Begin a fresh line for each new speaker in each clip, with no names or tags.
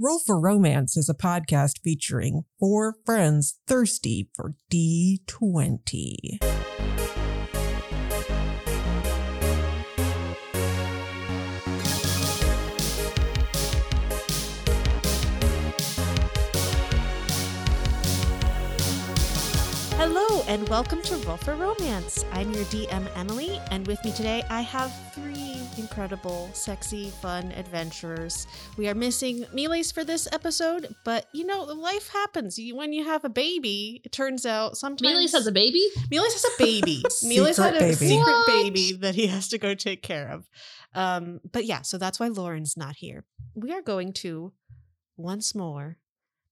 Roll for Romance is a podcast featuring four friends thirsty for D20.
Hello and welcome to Roll for Romance. I'm your DM Emily, and with me today I have three incredible, sexy, fun adventurers. We are missing Miles for this episode, but you know, life happens. You, when you have a baby, it turns out sometimes
Miles has a baby?
Miles has a baby. Miles had a
Secret baby.
secret
What?
baby that he has to go take care of. Um, but yeah, so that's why Lauren's not here. We are going to once more,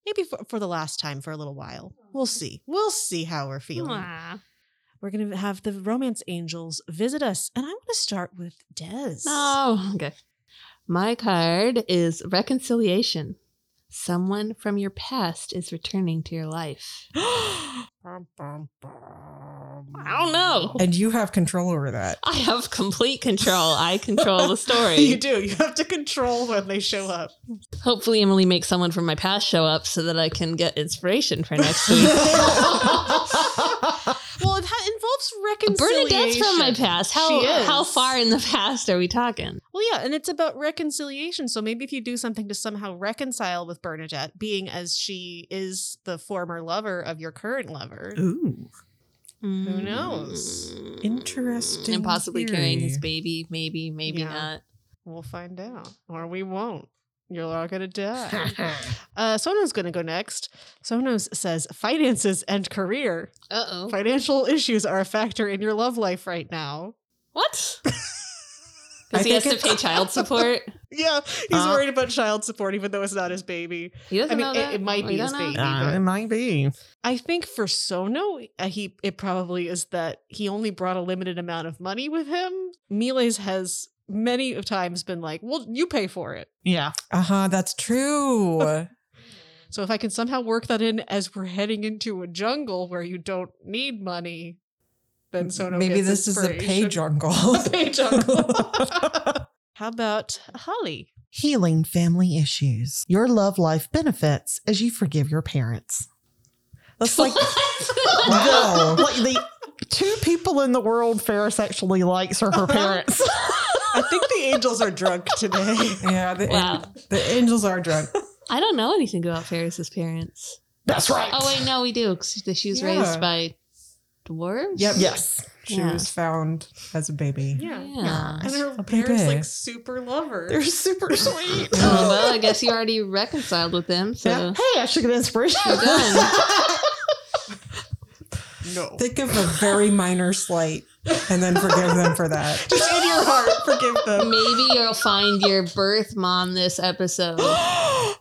maybe for, for the last time for a little while. We'll see. We'll see how we're feeling.
Aw.
We're gonna have the romance angels visit us, and I want to start with Des.
No. Okay. My card is reconciliation. Someone from your past is returning to your life.
I
I don't know.
And you have control over that.
I have complete control. I control the story.
You do. You have to control when they show up.
Hopefully, Emily makes someone from my past show up so that I can get inspiration for next week.
Well, it ha- involves reconciliation.
Bernadette's from my past. How
She is.
how far in the past are we talking?
Well, yeah, and it's about reconciliation. So maybe if you do something to somehow reconcile with Bernadette, being as she is the former lover of your current lover.
Ooh.
Who
knows?
Interesting
Mm. And possibly carrying his
theory.
baby. Maybe, maybe
Yeah.
not.
We'll find out, or we won't. You're all gonna die. Uh, Sono's going to go next. Sonos says finances and career.
Uh oh.
Financial issues are a factor in your love life right now.
What?
I
Because he
think
has to
it-
pay child support.
Yeah, he's
Uh.
worried about child support, even though it's not his baby.
He doesn't
I mean,
know
it-
that.
it might
Oh,
be
you
his
don't know?
baby.
Uh, it might be.
I think for Sono, uh, he it probably is that he only brought a limited amount of money with him. Miles has many of times been like, "Well, you pay for it."
Yeah. Uh huh. That's true.
So if I can somehow work that in as we're heading into a jungle where you don't need money, then Sono
Maybe
gets
this is a pay
inspiration.
jungle.
page uncle. How about Holly?
Healing family issues. Your love life benefits as you forgive your parents. That's like wow. like the two people in the world Ferris actually likes are her parents.
I think the angels are drunk today.
yeah. The,
Wow.
the angels are drunk.
I don't know anything about Ferris's parents.
That's right.
Oh wait, no, we do. 'cause she was
Yeah.
raised by dwarves.
Yep.
Yes.
She
Yeah.
was found as a baby.
Yeah.
And her
A
parents
baby.
like super lovers.
They're super sweet.
Oh, well, I guess you already reconciled with them, so
Yeah. Hey, I should get inspiration.
you're done.
no.
Think of a very minor slight and then forgive them for that.
Just in your heart, forgive them.
Maybe you'll find your birth mom this episode.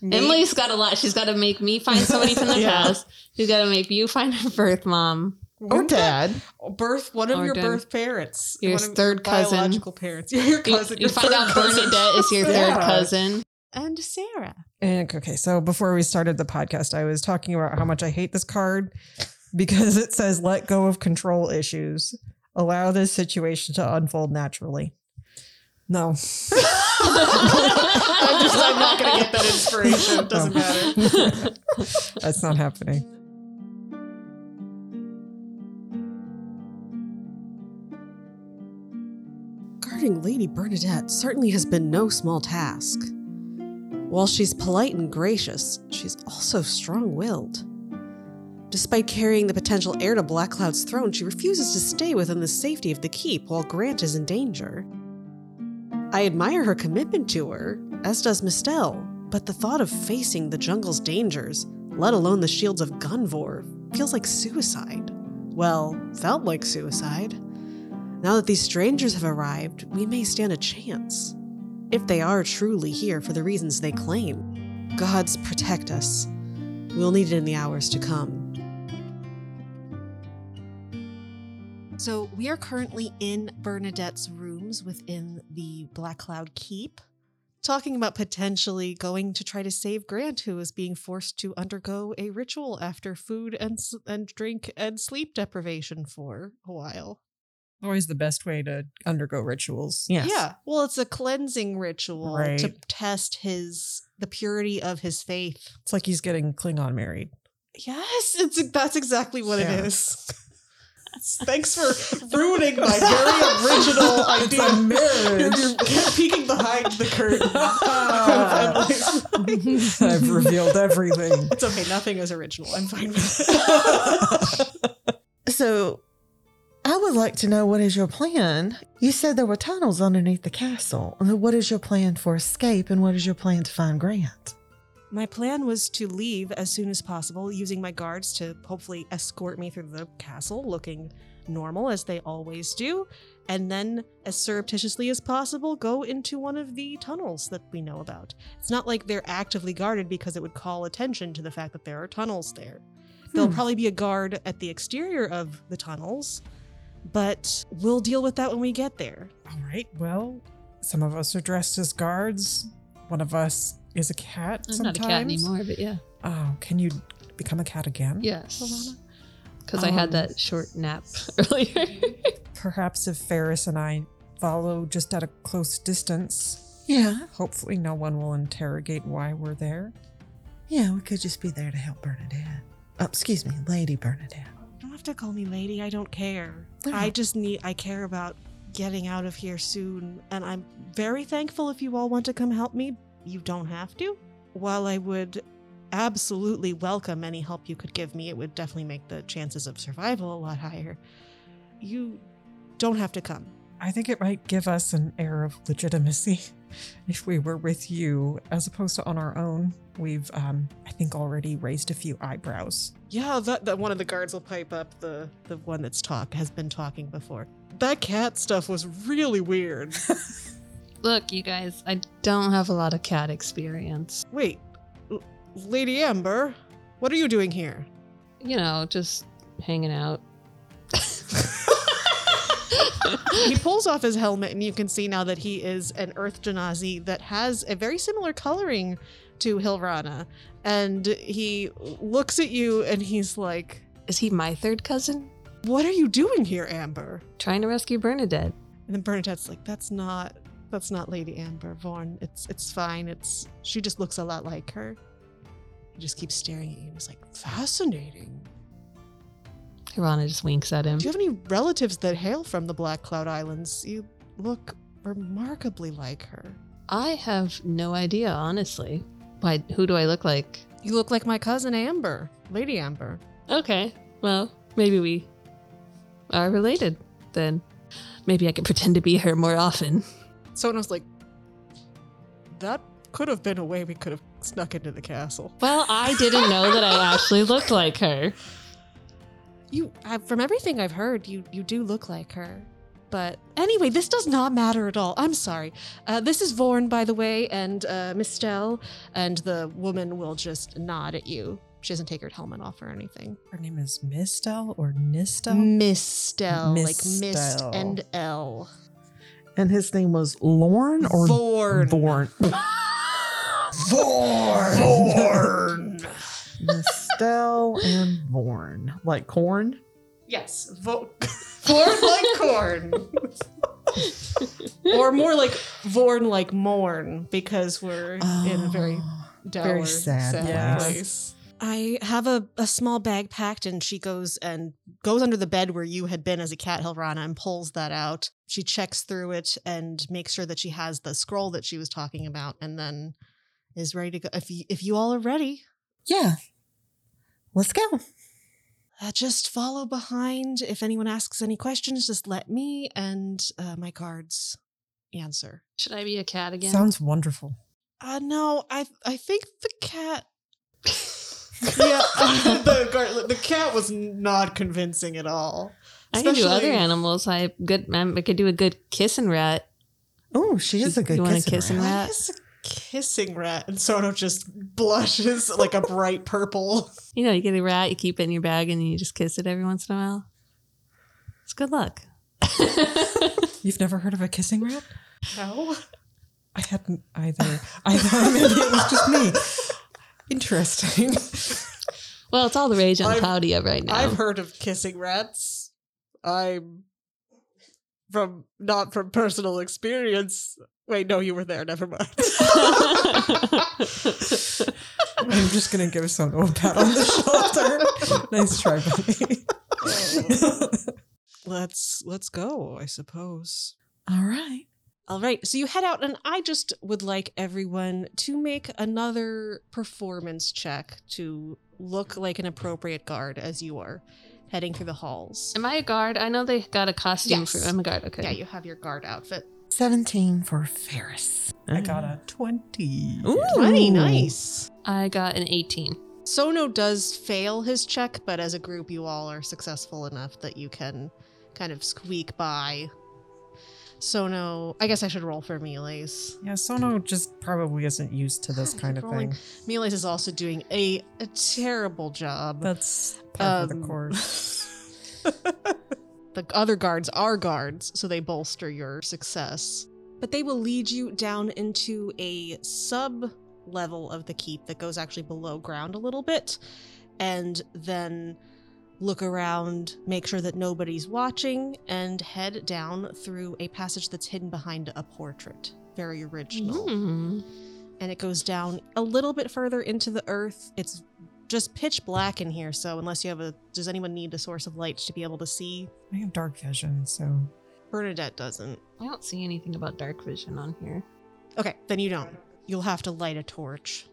Maybe-
Emily's got a lot. She's got to make me find somebody from the
Yeah.
past. She's got to make you find her birth mom.
Or dad.
birth one of
Or
your
dad.
birth parents,
Your
one of
third cousin.
biological parents, Yeah, your
You,
cousin.
you
your
find
third
out
cousin.
Bernadette is your third
Yeah.
cousin.
and Sarah.
And okay, so before we started the podcast, I was talking about how much I hate this card because it says let go of control issues. Allow this situation to unfold naturally. No.
I'm just I'm not gonna get that inspiration. It doesn't
No.
matter.
That's not happening.
Guarding Lady Bernadette certainly has been no small task. While she's polite and gracious, she's also strong willed. Despite carrying the potential heir to Black Cloud's throne, she refuses to stay within the safety of the keep while Grant is in danger. I admire her commitment to her, as does Mistel, but the thought of facing the jungle's dangers, let alone the shields of Gunvor, feels like suicide. Well, felt like suicide. Now that these strangers have arrived, we may stand a chance. If they are truly here for the reasons they claim. Gods protect us. We'll need it in the hours to come. So, we are currently in Bernadette's rooms within the Black Cloud Keep, talking about potentially going to try to save Grant, who is being forced to undergo a ritual after food and, s- and drink and sleep deprivation for a while.
Always the best way to undergo rituals.
Yes.
Yeah. Well, it's a cleansing ritual to
Right.
test his the purity of his faith.
It's like he's getting Klingon married.
Yes, it's that's exactly what
Yeah.
it is.
Thanks for ruining my very original
It's a
idea. You're,
marriage.
you're peeking behind the curtain.
Ah, I've revealed everything.
It's okay, nothing is original. I'm fine with it.
so, I would like to know what is your plan? You said there were tunnels underneath the castle. And then What is your plan for escape, and what is your plan to find Grant?
My plan was to leave as soon as possible, using my guards to hopefully escort me through the castle, looking normal as they always do, and then, as surreptitiously as possible, go into one of the tunnels that we know about. It's not like they're actively guarded because it would call attention to the fact that there are tunnels there. There'll
Hmm.
probably be a guard at the exterior of the tunnels, but we'll deal with that when we get there.
All right. Well, some of us are dressed as guards. One of us is a cat.
I'm
sometimes.
not a cat anymore, but yeah.
Oh, can you become a cat again?
Yes.
Alana?
Because I had
Um,
that short nap earlier.
Perhaps if Ferris and I follow just at a close distance,
Yeah,
hopefully no one will interrogate why we're there.
yeah, we could just be there to help Bernadette. Oh, excuse me, Lady Bernadette.
You don't have to call me lady. I don't care.
Alright.
I just need, I care about getting out of here soon. And I'm very thankful if you all want to come help me. You don't have to. While I would absolutely welcome any help you could give me, it would definitely make the chances of survival a lot higher. You don't have to come.
I think it might give us an air of legitimacy if we were with you as opposed to on our own. We've, um, I think, already raised a few eyebrows.
Yeah, that, that one of the guards will pipe up. The the one that's talk has been talking before. That cat stuff was really weird.
Look, you guys, I don't have a lot of cat experience.
Wait, L- Lady Amber, what are you doing here?
You know, just hanging out.
He pulls off his helmet, and you can see now that he is an Earth Genazi that has a very similar coloring to Hilrana. And he looks at you and he's like,
Is he my third cousin?
What are you doing here, Amber?
Trying to rescue Bernadette.
And then Bernadette's like, That's not. That's not Lady Amber Vaughn. It's it's fine. It's she just looks a lot like her. He just keeps staring at you and is like, fascinating.
Hirana just winks at him.
Do you have any relatives that hail from the Black Cloud Islands? You look remarkably like her.
I have no idea, honestly. Why? Who do I look like?
You look like my cousin Amber, Lady Amber.
Okay. Well, maybe we are related then. Maybe I can pretend to be her more often.
So and I was like, that could have been a way we could have snuck into the castle.
Well, I didn't know that I actually looked like her.
You, I, from everything I've heard, you you do look like her. But anyway, this does not matter at all. I'm sorry. Uh, this is Vorn, by the way, and uh, Mistel, and the woman will just nod at you. She doesn't take her helmet off or anything.
Her name is Mistel or
Mm,
Nistel?
Mistel, like mist
Mistel.
and L.
And his name was Lorne or
Vorn.
Born.
Vorn!
Estelle and Born. Like corn?
Yes, vo- Vorn like corn. or more like Vorn like mourn because we're in a very dour,
Oh, very sad
place.
place. I have a, a small bag packed, and she goes and goes under the bed where you had been as a cat, Hilrana, and pulls that out. She checks through it and makes sure that she has the scroll that she was talking about, and then is ready to go. If you, if you all are ready,
Yeah. Let's go.
uh, just follow behind. If anyone asks any questions, just let me and uh, my guards answer.
Should I be a cat again?
Sounds wonderful.
Uh, no, I I think the cat. yeah, the guard, the cat was not convincing at all.
I can do other
Especially-
animals. I good. I could do a good kissing rat.
Oh, she is
She-
a good
you wanna
kissing
kiss him?
rat.
That is a kissing rat, and Sono just blushes like a bright purple.
You know, you get a rat, you keep it in your bag, and you just kiss it every once in a while. It's good luck.
You've never heard of a kissing rat?
No,
I hadn't either. I thought maybe it was just me. Interesting.
well, it's all the rage on
I've-
Claudia right now.
I've heard of kissing rats. I'm from not from personal experience. Wait, no, you were there. Never mind.
I'm just gonna give Sono a pat on the shoulder. nice try, buddy.
let's let's go. I suppose.
All right.
All right. So you head out, and I just would like everyone to make another performance check to look like an appropriate guard as you are heading through the halls.
Am I a guard? I know they got a costume
Yes.
for. I'm a guard. Okay.
Yeah, you have your guard outfit.
17 for Ferris.
I got a 20.
Twenty, nice.
I got an 18.
Sono does fail his check, but as a group, you all are successful enough that you can kind of squeak by. Sono, I guess I should roll for Miles.
Yeah, Sono just probably isn't used to this
I
kind
keep
of
rolling.
thing.
Miles is also doing a, a terrible job.
That's part of
Um,
the course.
the other guards are guards, so they bolster your success. But they will lead you down into a sub level of the keep that goes actually below ground a little bit, and then look around, make sure that nobody's watching, and head down through a passage that's hidden behind a portrait. Very original
Hmm.
and it goes down a little bit further into the earth. It's just pitch black in here, so unless you have a does anyone need a source of light to be able to see?
I have dark vision, so
Bernadette doesn't.
I don't see anything about dark vision on here.
Okay, then you don't. You'll have to light a torch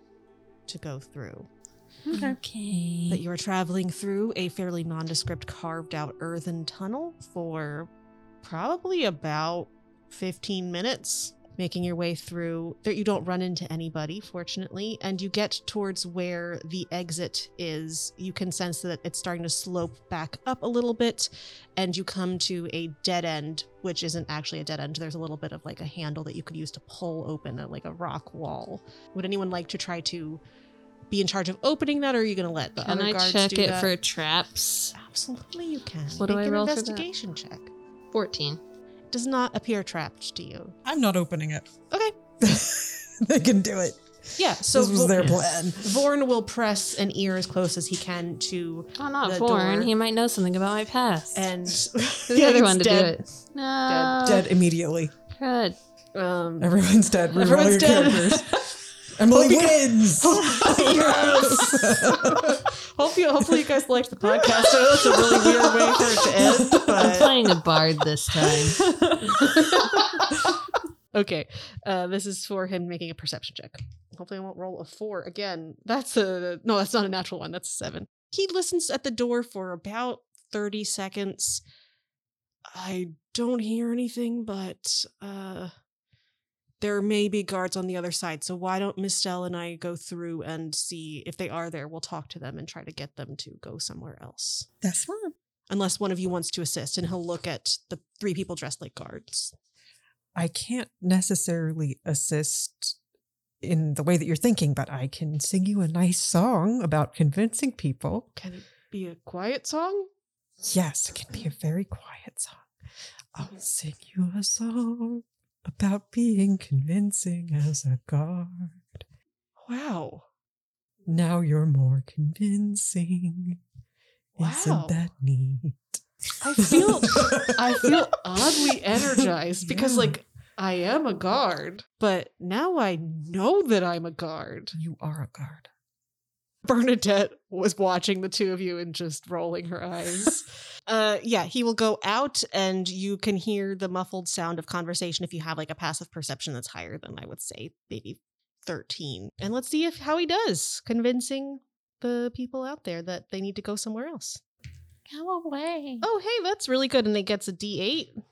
to go through.
Okay.
But you're traveling through a fairly nondescript carved out earthen tunnel for probably about 15 minutes, making your way through. There, you don't run into anybody, fortunately, and you get towards where the exit is. You can sense that it's starting to slope back up a little bit, and you come to a dead end, which isn't actually a dead end. There's a little bit of like a handle that you could use to pull open, uh, like a rock wall. Would anyone like to try to? Be in charge of opening that, or are you going to let the
Can
other
I
guards
check
do
it
that?
for traps?
Absolutely, you can.
What do
Make
I
an
roll for that?
investigation check.
14.
Does not appear trapped to you.
I'm not opening it.
Okay.
they can do it.
Yeah. So
this was
Vor-
their plan.
Vorn will press an ear as close as he can to,
Oh, not
The
Vorn.
door.
He might know something about my past.
and
the other one to do it.
Uh,
No.
Dead immediately.
Crud.
it. Um,
Everyone's dead. Reroll
Everyone's
your
dead.
characters. Emily wins.
hope you, hopefully, you guys liked the podcast. I know that's a really weird way for it to end,
I'm
but
playing a bard this time.
okay. Uh, this is for him making a perception check. Hopefully, I won't roll a four again. That's a no. That's not a natural one. That's a seven. He listens at the door for about thirty seconds. I don't hear anything, but uh, there may be guards on the other side. So why don't Mistelle and I go through and see if they are there? We'll talk to them and try to get them to go somewhere else.
That's fun.
Unless one of you wants to assist, and he'll look at the three people dressed like guards.
I can't necessarily assist in the way that you're thinking, but I can sing you a nice song about convincing people.
Can it be a quiet song?
Yes, it can be a very quiet song. I'll sing you a song about being convincing as a guard.
Wow.
Now you're more convincing.
Wow.
Isn't that neat?
I feel I feel oddly energized because
Yeah.
like I am a guard, but now I know that I'm a guard.
you are a guard.
Bernadette was watching the two of you and just rolling her eyes. uh yeah, he will go out and you can hear the muffled sound of conversation if you have like a passive perception that's higher than I would say maybe 13. And let's see if how he does convincing the people out there that they need to go somewhere else.
Go away.
Oh, hey, that's really good. And it gets a D8.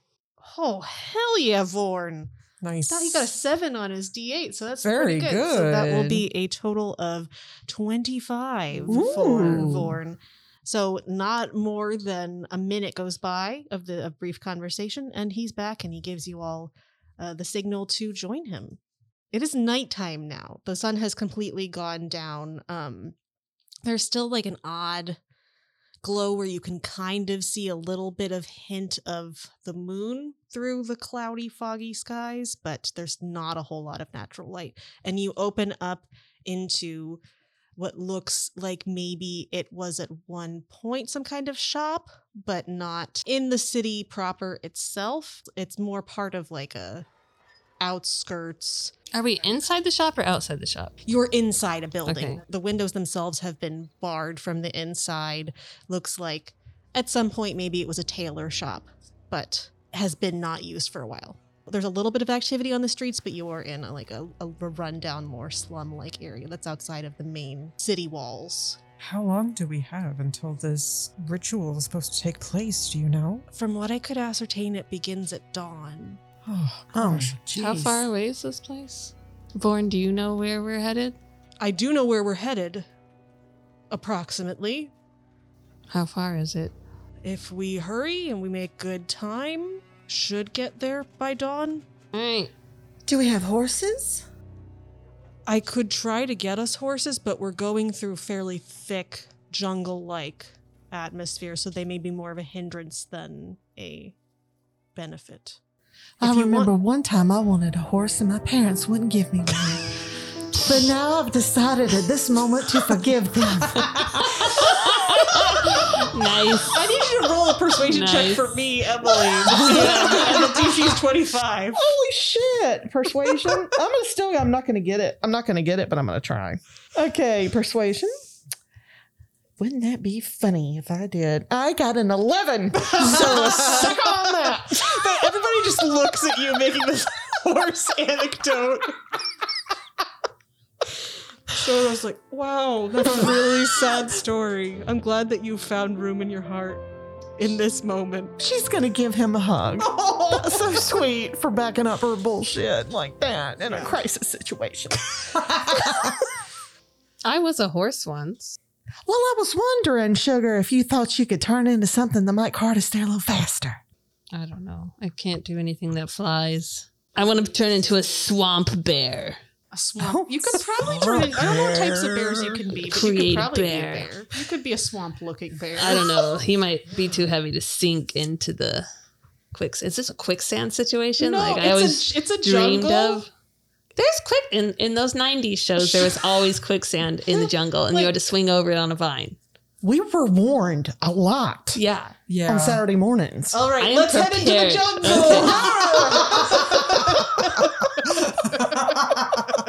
Oh, hell yeah, Vorn.
Nice.
Thought he got a seven on his D8, so that's
Very
pretty good. So that will
good.
be a total of 25 for
Ooh.
Vorn. So not more than a minute goes by of the of brief conversation, and he's back and he gives you all uh, the signal to join him. It is nighttime now. The sun has completely gone down. Um, there's still like an odd glow where you can kind of see a little bit of hint of the moon through the cloudy, foggy skies, but there's not a whole lot of natural light. And you open up into what looks like maybe it was at one point some kind of shop, but not in the city proper itself. It's more part of like a outskirts.
Are we inside the shop or outside the shop?
You're inside a building.
Okay.
The windows themselves have been barred from the inside. Looks like at some point maybe it was a tailor shop, but has been not used for a while. There's a little bit of activity on the streets, but you are in a, like a, a rundown, more slum-like area that's outside of the main city walls.
How long do we have until this ritual is supposed to take place? Do you know?
From what I could ascertain, it begins at dawn.
Oh,
Oh,
gosh.
How
jeez.
far away is this place? Vorn, do you know where we're headed?
I do know where we're headed, approximately.
How far is it?
If we hurry and we make good time, should get there by dawn.
All right.
Do we have horses?
I could try to get us horses, but we're going through fairly thick jungle like atmosphere, so they may be more of a hindrance than a benefit.
If
I
you remember one time I wanted a horse and my parents wouldn't give me one. but now I've decided at this moment to forgive them.
nice.
I need you to roll a persuasion check
Nice.
for me, Emily. yeah, and the DC is 25.
Holy shit! Persuasion. I'm gonna still. I'm not gonna get it. I'm not gonna get it, but I'm gonna try. Okay, persuasion. Wouldn't that be funny if I did? I got an eleven. So suck on that.
But everybody just looks at you making this horse anecdote. So I was like, wow, that's a really sad story. I'm glad that you found room in your heart in this moment.
She's gonna give him a hug. That's so sweet for backing up her bullshit like that in a crisis situation.
I was a horse once.
Well, I was wondering, sugar, if you thought you could turn into something that might cart us there a little faster.
I don't know. I can't do anything that flies. I want to turn into a swamp bear.
A swamp. you could probably turn
swamp
it. I don't know what types of bears you can be, but you
Create
could
a
probably
bear.
be a bear. You could be a swamp looking bear.
I don't know. He might be too heavy to sink into the quicksand. Is this a quicksand situation?
No,
like
it's,
I always
a, it's a
dreamed
jungle.
of. There's quick in, in those '90s shows. There was always quicksand in the jungle, and you had to swing over it on a vine.
We were warned a lot
Yeah,
yeah. Oh.
on Saturday mornings.
All right,
I am
let's head into
prepared.
the jungle.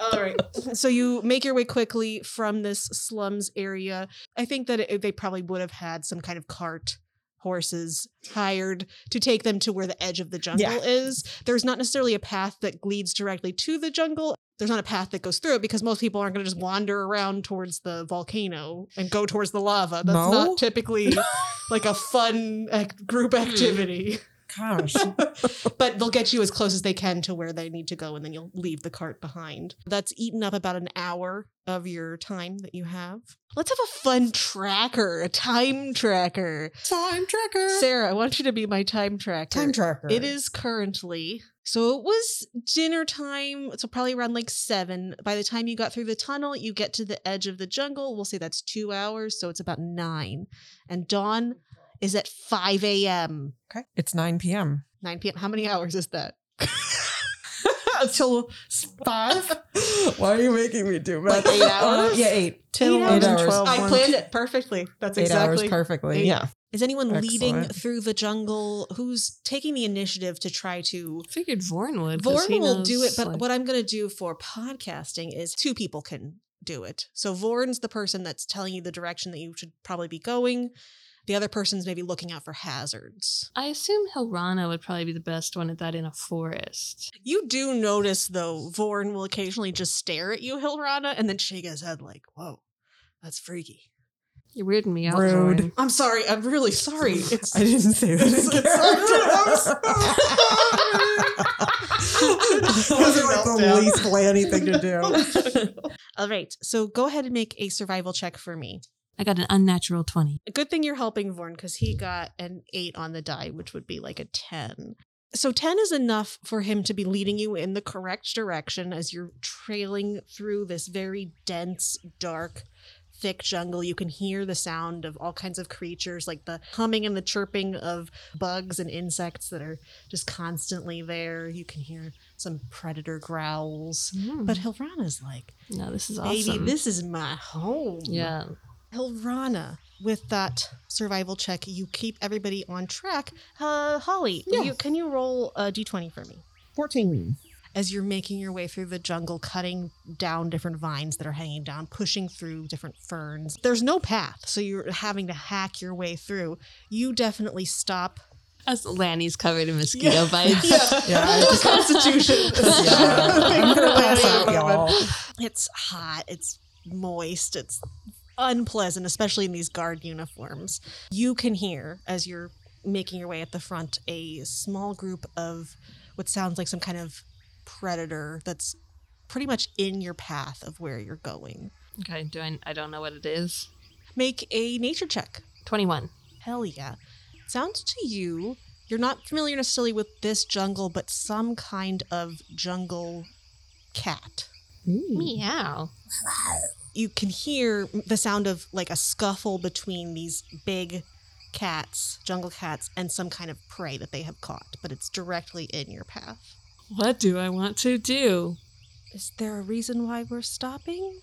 All right. So you make your way quickly from this slums area. I think that it, they probably would have had some kind of cart horses hired to take them to where the edge of the jungle
Yeah.
is. There's not necessarily a path that leads directly to the jungle. There's not a path that goes through it because most people aren't going to just wander around towards the volcano and go towards the lava. That's
No?
not typically like a fun act- group activity.
Gosh.
But they'll get you as close as they can to where they need to go, and then you'll leave the cart behind. That's eaten up about an hour of your time that you have. Let's have a fun tracker, a time tracker.
Time tracker.
Sarah, I want you to be my time tracker.
Time tracker.
It is currently. So it was dinner time. So probably around like seven. By the time you got through the tunnel, you get to the edge of the jungle. We'll say that's two hours. So it's about nine. And dawn is at 5 a.m.,
Okay. It's 9 p.m.
9 p.m. How many hours is that?
until five.
Why are you making me do
Like eight
Uh,
hours?
yeah, eight.
Eight
Eight
hours.
hours.
twelve.
I
one.
planned it perfectly. That's
Eight hours
exactly.
perfectly.
Yeah.
Is anyone leading
Excellent.
through the jungle? Who's taking the initiative to try to
figured Vorn would. 'cause he
Vorn will do it,
knows,
but
like-
what I'm going to do for podcasting is two people can do it. So Vorn's the person that's telling you the direction that you should probably be going. The other person's maybe looking out for hazards.
I assume Hilrana would probably be the best one at that in a forest.
You do notice though, Vorn will occasionally just stare at you, Hilrana, and then shake his head like, "Whoa, that's freaky."
You're weirding me out.
Rude.
Vorn.
I'm sorry. I'm really sorry. It's
I didn't say that.
It's- it's-
It wasn't like the
Meltdown.
least planning thing to do.
all right. So go ahead and make a survival check for me.
I got an unnatural twenty.
A good thing you're helping Vorn because he got an eight on the die, which would be like a 10. So 10 is enough for him to be leading you in the correct direction as you're trailing through this very dense, dark, thick jungle. You can hear the sound of all kinds of creatures, like the humming and the chirping of bugs and insects that are just constantly there. You can hear some predator growls.
Mm.
But Hilrana's like,
no, this is
baby,
awesome.
this is my home.
yeah,
Hilrana, with that survival check, you keep everybody on track. Uh, Holly,
Yeah.
you, can you roll a d20 for me?
14.
as you're making your way through the jungle, cutting down different vines that are hanging down, pushing through different ferns. There's no path, so you're having to hack your way through. You definitely stop.
As Lanny's covered in mosquito bites.
Yeah, I just-
Constitution.
I'm gonna pass out, y'all.
It's hot, it's moist, it's unpleasant, especially in these guard uniforms. You can hear as you're making your way at the front a small group of what sounds like some kind of predator that's pretty much in your path of where you're going.
Okay, do I, I don't know what it is.
Make a nature check.
21.
Hell yeah. Sounds to you, you're not familiar necessarily with this jungle, but some kind of jungle cat.
Meow.
You can hear the sound of like a scuffle between these big cats, jungle cats, and some kind of prey that they have caught, but it's directly in your path.
What do I want to do?
Is there a reason why we're stopping?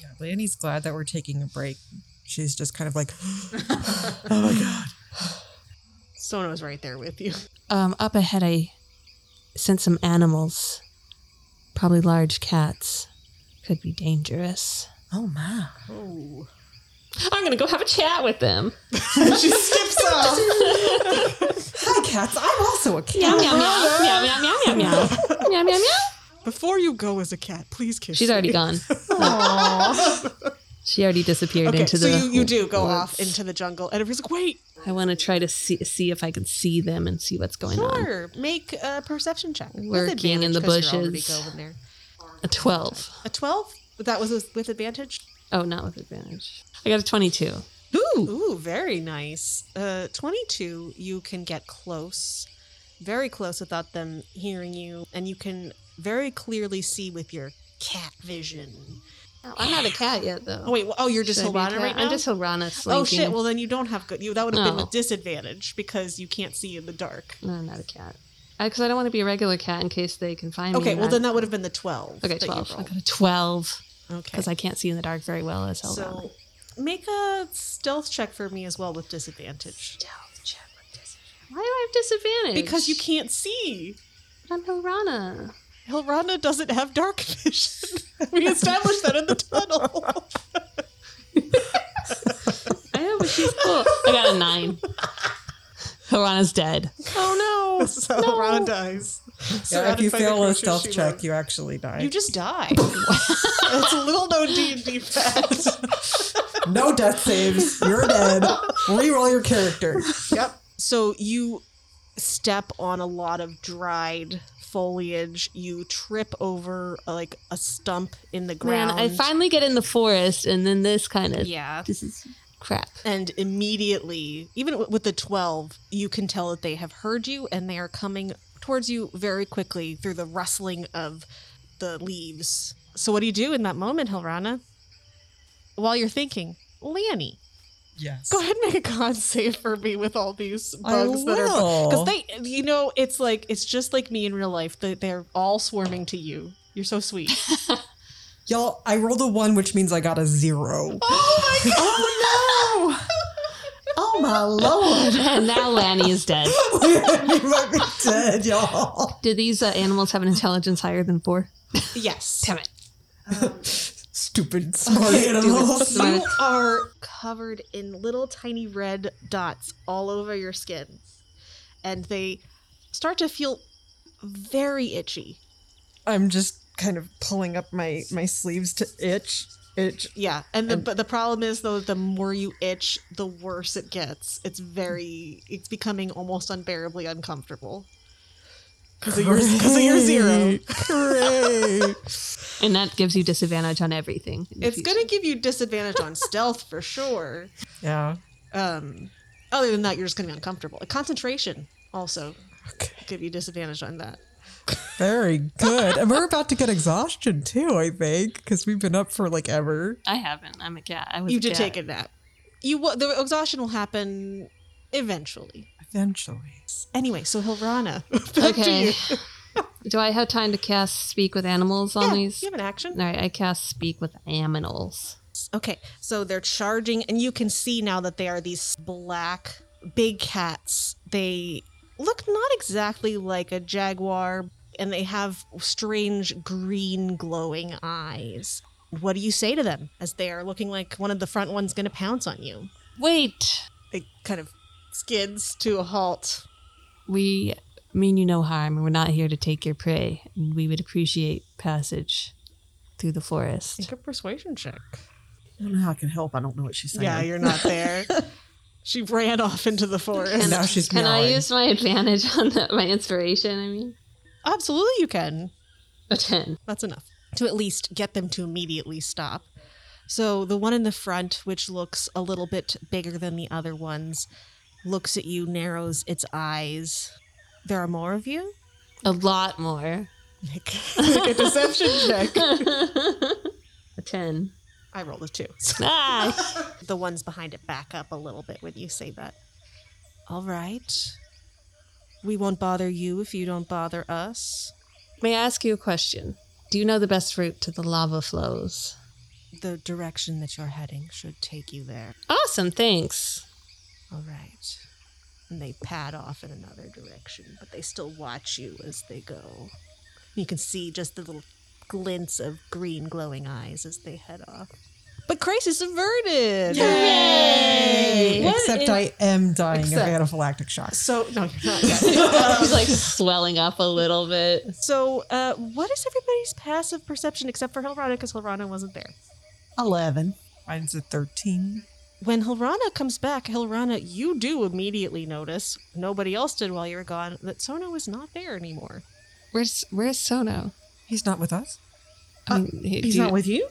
Yeah, Lanny's glad that we're taking a break. She's just kind of like, oh my god.
Sono's right there with you.
Um, up ahead, I sense some animals. Probably large cats. Could be dangerous.
Oh my.
Oh.
I'm gonna go have a chat with them.
she skips off.
Hi, cats. I'm also a cat.
Meow meow meow meow meow meow meow meow meow meow meow.
Before you go as a cat, please kiss
She's
me.
already gone. She already disappeared
Okay,
into
so
the.
you, you do go
woods.
off into the jungle, and everybody's like, wait,
I want to try to see see if I can see them and see what's going on.
Sure. Make a perception check. With
Lurking
advantage,
in the
'cause you're already
bushes.
going there.
A twelve.
A 12? That was with- with advantage?
Oh, not with advantage. I got a twenty-two.
Ooh, very nice. Uh, 22, you can get close, very close without them hearing you, and you can very clearly see with your cat vision.
I'm not a cat yet, though.
Oh, wait. wh- Oh, you're just
Should I be a
Hilana
cat?
right now?
I'm just Hilana
oh,
slinking.
shit. Well, then you don't have good. You, that would have been
No.
a disadvantage because you can't see in the dark.
No, I'm not a cat. Because I, don't want to be a regular cat in case they can find me.
Okay,
and
well,
I-
then that would have been the 12.
Okay,
that you
12. I
rolled.
got a 12
Okay.
because I can't see in the dark very well as Hilana.
So make a stealth check for me as well with disadvantage.
Why do I have disadvantage?
Because you can't see.
I'm Hilana.
Hilrana doesn't have dark vision. we established that in the tunnel.
I know, but she's cool. I got a 9. Hilana's dead.
oh no. So Hilrana dies.
Yeah, if you
Surrounded by the
fail a
creatures
stealth
she
check,
loves.
you actually die.
you just die. It's a little known D&D fact.
no death saves. You're dead. Reroll your character.
Yep. So you step on a lot of dried foliage. You trip over uh, like a stump in the
Man,
ground.
I finally get in the forest and then this kind of.
yeah.
This is crap.
And immediately, even w- with the 12, you can tell that they have heard you and they are coming towards you very quickly through the rustling of the leaves. So, what do you do in that moment, Helrana? While you're thinking, Lanny,
Yes.
go ahead and make a con save for me with all these
I
bugs that are.
will.
Because they, you know, it's like, it's just like me in real life. They, they're all swarming to you. You're so sweet.
Y'all, I rolled a one, which means I got a zero.
Oh no. Oh my lord.
And now Lanny is dead.
you might be dead, y'all.
Do these uh, animals have an intelligence higher than 4?
yes.
Damn it.
Stupid smart animals.
smart-
You are covered in little tiny red dots all over your skin. And they start to feel very itchy.
I'm just kind of pulling up my my sleeves to itch, itch.
Yeah. And the,
And-
but the problem is, though, the more you itch, the worse it gets. It's very, it's becoming almost unbearably uncomfortable. Because of, your- 'cause of your zero.
Great.
And that gives you disadvantage on everything. in the
It's going
future.
to give you disadvantage on stealth for sure.
yeah.
Um, other than that, you're just going to be uncomfortable. Concentration also
Okay.
give you disadvantage on that.
Very good. And we're about to get exhaustion too, I think, because we've been up for like ever.
I haven't. I'm a cat. I was
you
a
did
cat.
take a nap. You wa- the exhaustion will happen eventually.
Eventually.
Anyway, so Hilrana,
Okay. Do I have time to cast Speak with Animals on
yeah, you
these?
have an action.
All right, I cast Speak with Aminals.
Okay, so they're charging, and you can see now that they are these black big cats. They look not exactly like a jaguar,
and they have strange green glowing eyes. What do you say to them as they are looking like one of the front ones going to pounce on you?
Wait.
It kind of skids to a halt.
We mean you no harm, and we're not here to take your prey. And we would appreciate passage through the forest.
Make a persuasion check.
I don't know how I can help. I don't know what she's saying.
Yeah, you're not there. she ran off into the forest.
And now she's
Can I
meowing.
use my advantage on that? My inspiration, I mean?
Absolutely, you can.
A 10.
That's enough to at least get them to immediately stop. So the one in the front, which looks a little bit bigger than the other ones, looks at you, narrows its eyes. There are more of you?
A lot more.
Make, make a deception check.
a 10.
I rolled a two.
Ah!
the ones behind it back up a little bit when you say that. All right. We won't bother you if you don't bother us.
May I ask you a question? Do you know the best route to the lava flows?
The direction that you're heading should take you there.
Awesome, thanks.
All right. And they pad off in another direction, but they still watch you as they go. You can see just the little glints of green glowing eyes as they head off. But crisis averted!
Yay! Except I am dying of anaphylactic shock.
So, no, you're not yet.
He's like swelling up a little bit.
so, uh, what is everybody's passive perception except for Hilrana because Hilrana wasn't there?
11.
Mine's a 13.
When Hilrana comes back, Hilrana, you do immediately notice, nobody else did while you were gone, that Sono is not there anymore.
Where's Where's Sono?
He's not with us.
I mean, he- do
He's
you-
not with you?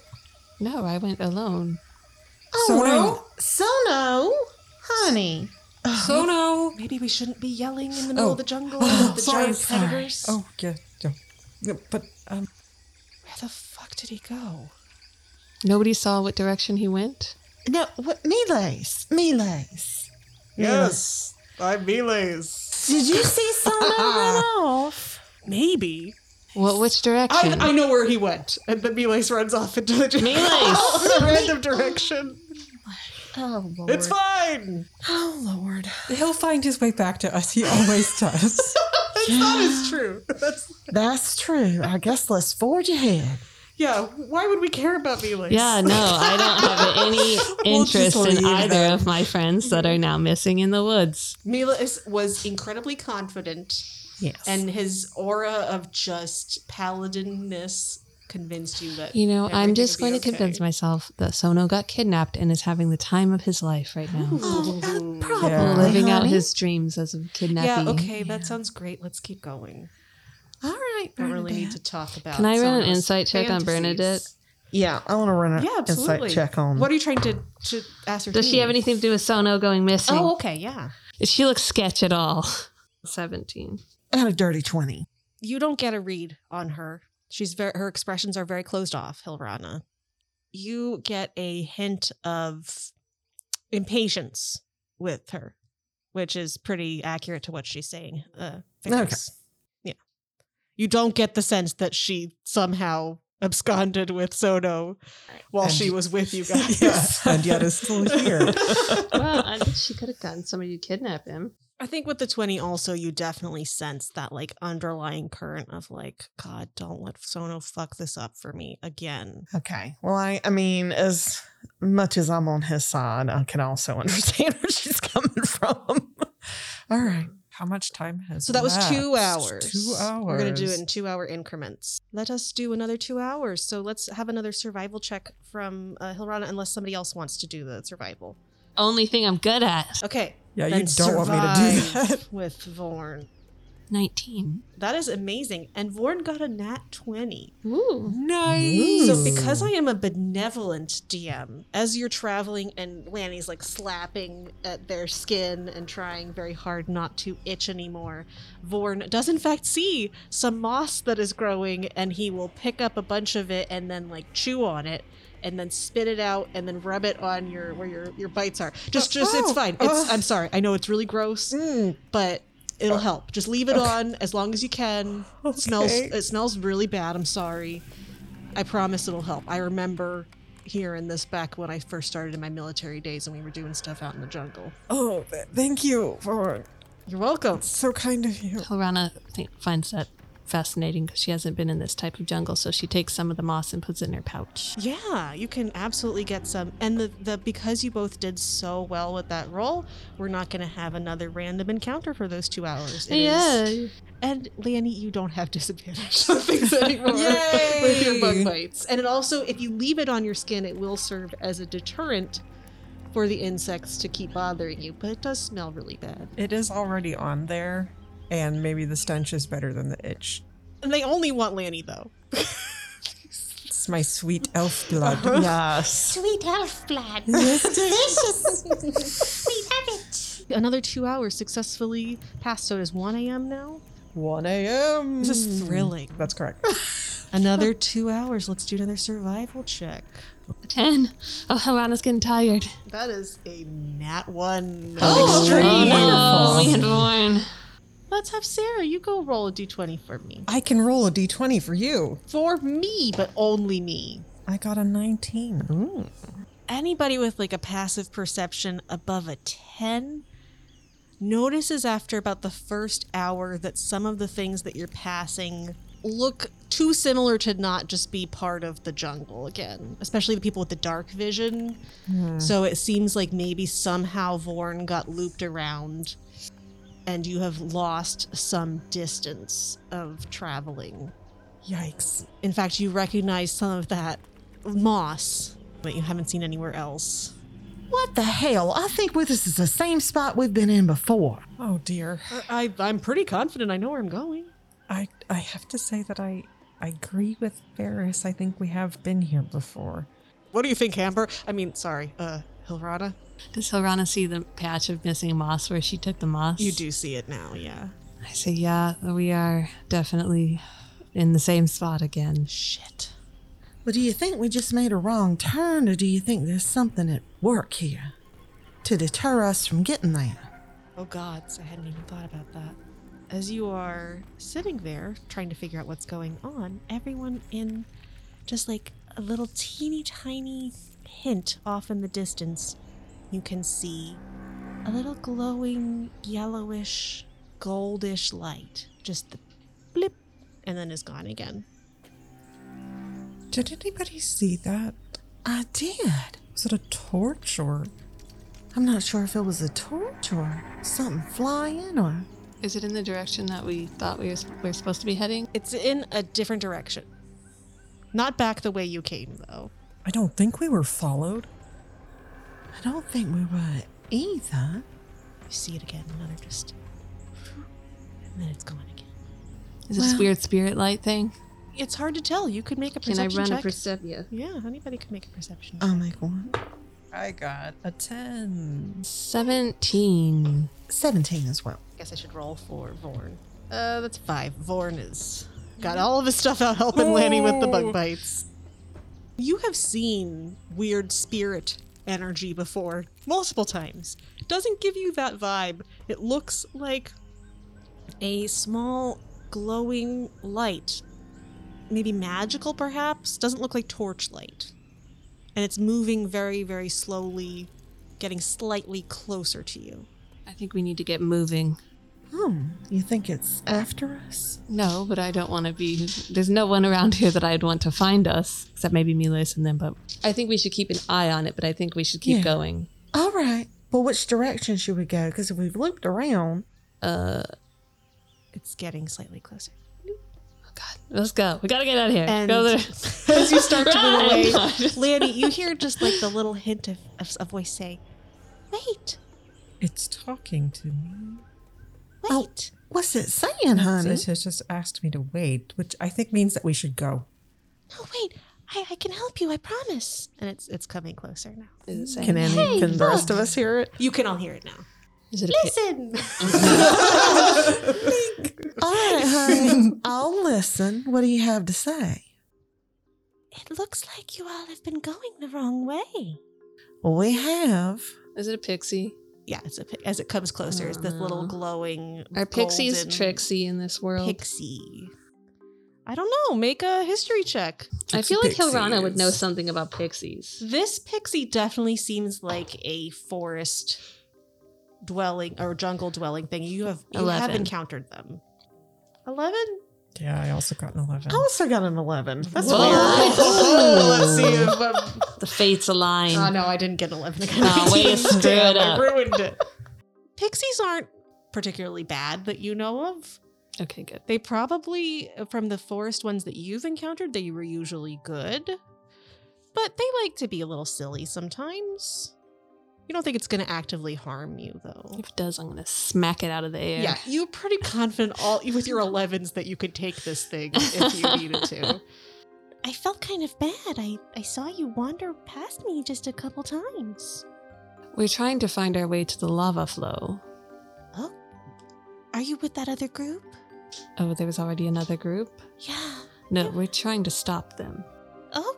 No, I went alone.
Sono.
Sono. Honey.
Sono.
Maybe we shouldn't be yelling in the middle
Oh.
of the jungle with the
sorry,
giant
sorry.
predators.
Oh, yeah. yeah. Yeah, But um,
Where the fuck did he go?
Nobody saw what direction he went.
No, what? Miles. Miles.
Yes, I'm Miles.
Did you see Sono run off?
Maybe.
What? Which direction?
I, I know where he went. And then Miles runs off into the jungle.
Miles!
in a random direction.
Oh, Lord.
It's fine.
oh, Lord.
he'll find his way back to us. He always does.
That's not as true. That's
That's true. I guess let's forge ahead.
yeah. Why would we care about Miles?
yeah, no, I don't have any
We'll just
interest in
leave
either
them.
of my friends that are now missing in the woods.
Miles was incredibly confident,
Yes.
and his aura of just paladinness convinced you that
You know, I'm
everything
just
would
going
be
to convince
okay.
myself that Sono got kidnapped and is having the time of his life right now.
Oh,
Ooh.
probably.
Yeah.
Living out
honey.
his dreams as a kidnapping.
Yeah, okay, that sounds great. Let's keep going.
All right.
Don't really need to
Bernadette.
talk about.
Can I run an
Sonos
insight check
fantasies.
on Bernadette?
Yeah, I want to run an
Yeah, absolutely.
insight check on.
What are you trying to to ascertain?
Does she have anything to do with Sono going missing?
Oh, okay, yeah.
She looks sketch at all. 17.
out of dirty 20.
You don't get a read on her. She's very her expressions are very closed off, Hilrana. You get a hint of impatience with her, which is pretty accurate to what she's saying. Uh, Ferris. Yeah. You don't get the sense that she somehow absconded with Sono while
And-
she was with you guys.
Yes, and yet is still here.
well, I think she could have gotten somebody to kidnap him.
I think with the 20 also you definitely sense that like underlying current of like god don't let Sono fuck this up for me again.
Okay. Well, I, I mean, as much as I'm on his side, I can also understand where she's coming from. All right.
How much time has
So that was 2
elapsed?
hours.
Two hours.
We're going to do it in 2 hour increments. Let us do another 2 hours. So let's have another survival check from uh, Hilrana unless somebody else wants to do the survival.
Only thing I'm good at.
Okay.
Yeah,
then
you don't want me to do
survive
that.
with Vorn.
19.
That is amazing. And Vorn got a nat 20.
Ooh.
Nice.
So because I am a benevolent DM, as you're traveling and Lanny's like slapping at their skin and trying very hard not to itch anymore, Vorn does in fact see some moss that is growing and he will pick up a bunch of it and then like chew on it and then spit it out and then rub it on your where your your bites are. Just just it's
Oh,
fine. It's
ugh.
I'm sorry. I know it's really gross,
Mm.
but it'll help. Just leave it on as long as you can. It smells
Okay.
it smells really bad. I'm sorry. I promise it'll help. I remember hearing this back when I first started in my military days and we were doing stuff out in the jungle.
Oh, th- thank you for
You're welcome.
so kind of you.
Hilrana th- finds that fascinating because she hasn't been in this type of jungle. So she takes some of the moss and puts it in her pouch.
Yeah, you can absolutely get some. And the, the because you both did so well with that roll, we're not going to have another random encounter for those two hours. It is- and Leonie, you don't have disadvantage on things anymore with your bug bites. And it also, if you leave it on your skin, it will serve as a deterrent for the insects to keep bothering you. But it does smell really bad.
It is already on there, and maybe the stench is better than the itch.
And they only want Lanny though.
It's my sweet elf blood.
Yes.
Sweet elf blood. delicious. we have it.
Another two hours successfully passed. So it is 1 a.m. now.
1 a.m.
This is thrilling.
That's correct.
Another two hours. Let's do another survival check.
Ten. Oh, Havana's getting tired.
That is a nat one.
Oh,
Wonderful.
no, we had one.
Let's have Sarah. You go roll a d20 for me.
I can roll a d20 for you.
For me, but only me.
I got a 19.
Anybody with like a passive perception above a 10 notices after about the first hour that some of the things that you're passing look too similar to not just be part of the jungle again, especially the people with the dark vision. So it seems like maybe somehow Vorn got looped around and you have lost some distance of traveling.
Yikes.
In fact, you recognize some of that moss that you haven't seen anywhere else.
What the hell? I think we- this is the same spot we've been in before.
Oh dear.
I, I'm pretty confident I know where I'm going.
I I have to say that I I agree with Ferris. I think we have been here before.
What do you think, Amber? I mean, sorry, uh, Hilrana?
Does Havana see the patch of missing moss where she took the moss?
You do see it now, yeah.
I say, yeah, we are definitely in the same spot again.
Shit.
But do you think we just made a wrong turn, or do you think there's something at work here to deter us from getting there?
Oh, gods, I hadn't even thought about that. As you are sitting there trying to figure out what's going on, everyone in just like a little teeny tiny hint off in the distance, you can see a little glowing yellowish, goldish light. Just the blip, and then is gone again.
Did anybody see that?
I did.
Was it a torch or
I'm not sure if it was a torch or something flying or.
Is it in the direction that we thought we were, were supposed to be heading?
It's in a different direction. Not back the way you came, though.
I don't think we were followed.
I don't think we were either.
You see it again, another just. And then it's gone again.
Is it this weird spirit light thing?
It's hard to tell. You could make a
Can
perception
I run
check.
a perception?
Yeah, anybody could make a perception.
I'll make one.
I got a 10.
17.
17 as well.
I guess I should roll for Vorn. Uh, that's five. Vorn is got all of his stuff out helping Lanny with the bug bites. You have seen weird spirit energy before, multiple times. It doesn't give you that vibe. It looks like a small glowing light, maybe magical perhaps. Doesn't look like torchlight, and it's moving very, very slowly, getting slightly closer to you.
I think we need to get moving.
Hmm. You think it's after us?
No, but I don't want to be. There's no one around here that I'd want to find us, except maybe Milos and them. But I think we should keep an eye on it. But I think we should keep
Yeah.
going.
All right. Well, which direction should we go? Because if we've looped around,
It's getting slightly closer.
Oh, Let's go. We gotta get out of here.
And
go there.
as you start to move away,
Run!
Lanny, you hear just like the little hint of, of a voice say, "Wait,
It's talking to me.
wait."
Oh, what's it saying, honey?
It has just asked me to wait, which I think means that we should go.
No, wait. I, I can help you. I promise. And it's it's coming closer now.
Is it saying?
Can any? can the rest of us hear it?
You can all hear it now.
Is it a pit?
Listen.
All right, honey. I'll listen. What do you have to say?
It looks like you all have been going the wrong way.
We have.
Is it a pixie?
Yeah, it's a, pi- as it comes closer, it's this little
Aw.
glowing.
Are pixies
golden
tricksy in this world?
Pixie. I don't know. Make a history check.
I feel like Hilrana would know
Pixies.
something about pixies.
This pixie definitely seems like a forest dwelling or jungle dwelling thing. You have you have
Eleven.
encountered them. Eleven?
Yeah, I also got an 11.
I
Oh.
also got an 11. That's
Whoa.
weird.
Whoa.
Let's see if um,
The fates align.
uh, Oh no, I didn't get an eleven. again.
Oh, way to screw it
damn, I
up.
ruined it.
Pixies aren't particularly bad that you know of.
Okay, good.
They probably, uh, from the forest ones that you've encountered, they were usually good. But they like to be a little silly sometimes. You don't think it's going to actively harm you, though.
If it does, I'm gonna smack it out of the air.
Yeah, you're pretty confident all with your 11s that you could take this thing if you needed to.
I felt kind of bad. I, I saw you wander past me just a couple times.
We're trying to find our way to the lava flow.
Oh. Are you with that other group?
Oh, there was already another group.
Yeah.
No, we're trying to stop them.
Oh,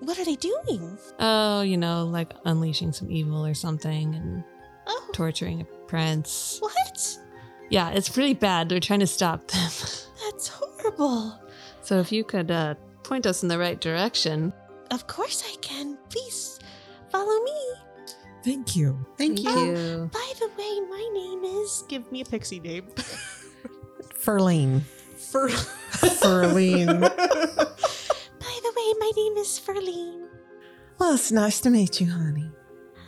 what are they doing?
Oh, you know, like unleashing some evil or something and
Oh,
torturing a prince.
what?
Yeah, it's really bad. We're trying to stop them.
That's horrible.
so if you could uh, point us in the right direction.
Of course I can. Please follow me.
Thank you.
Thank you.
you.
By the way, my name is.
Give me a pixie name.
Ferline.
For
Ferline.
By the way, my name is Ferline.
Well, it's nice to meet you, honey.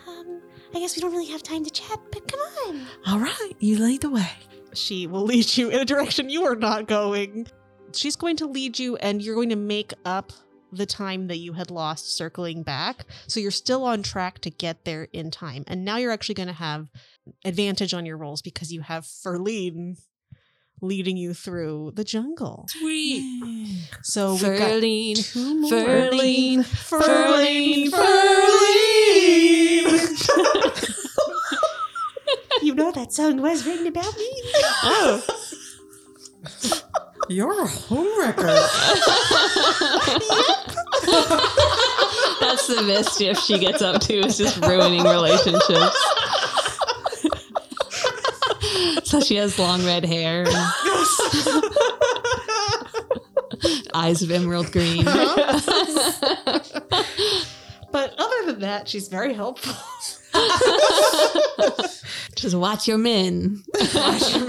Um, I guess we don't really have time to chat, but come on.
All right, you lead the way.
she will lead you in a direction you are not going. She's going to lead you, and you're going to make up the time that you had lost circling back. So you're still on track to get there in time. And now you're actually going to have advantage on your rolls because you have Ferline leading you through the jungle.
Sweet.
So we've got
Ferline.
two more.
Ferline.
Ferline.
Ferline.
Ferline.
You know that song was written about me.
You're a homewrecker.
That's the mischief she gets up to is just ruining relationships. so she has long red hair. and- Eyes of emerald green.
Uh-huh. but other than that, she's very helpful.
Just watch your men.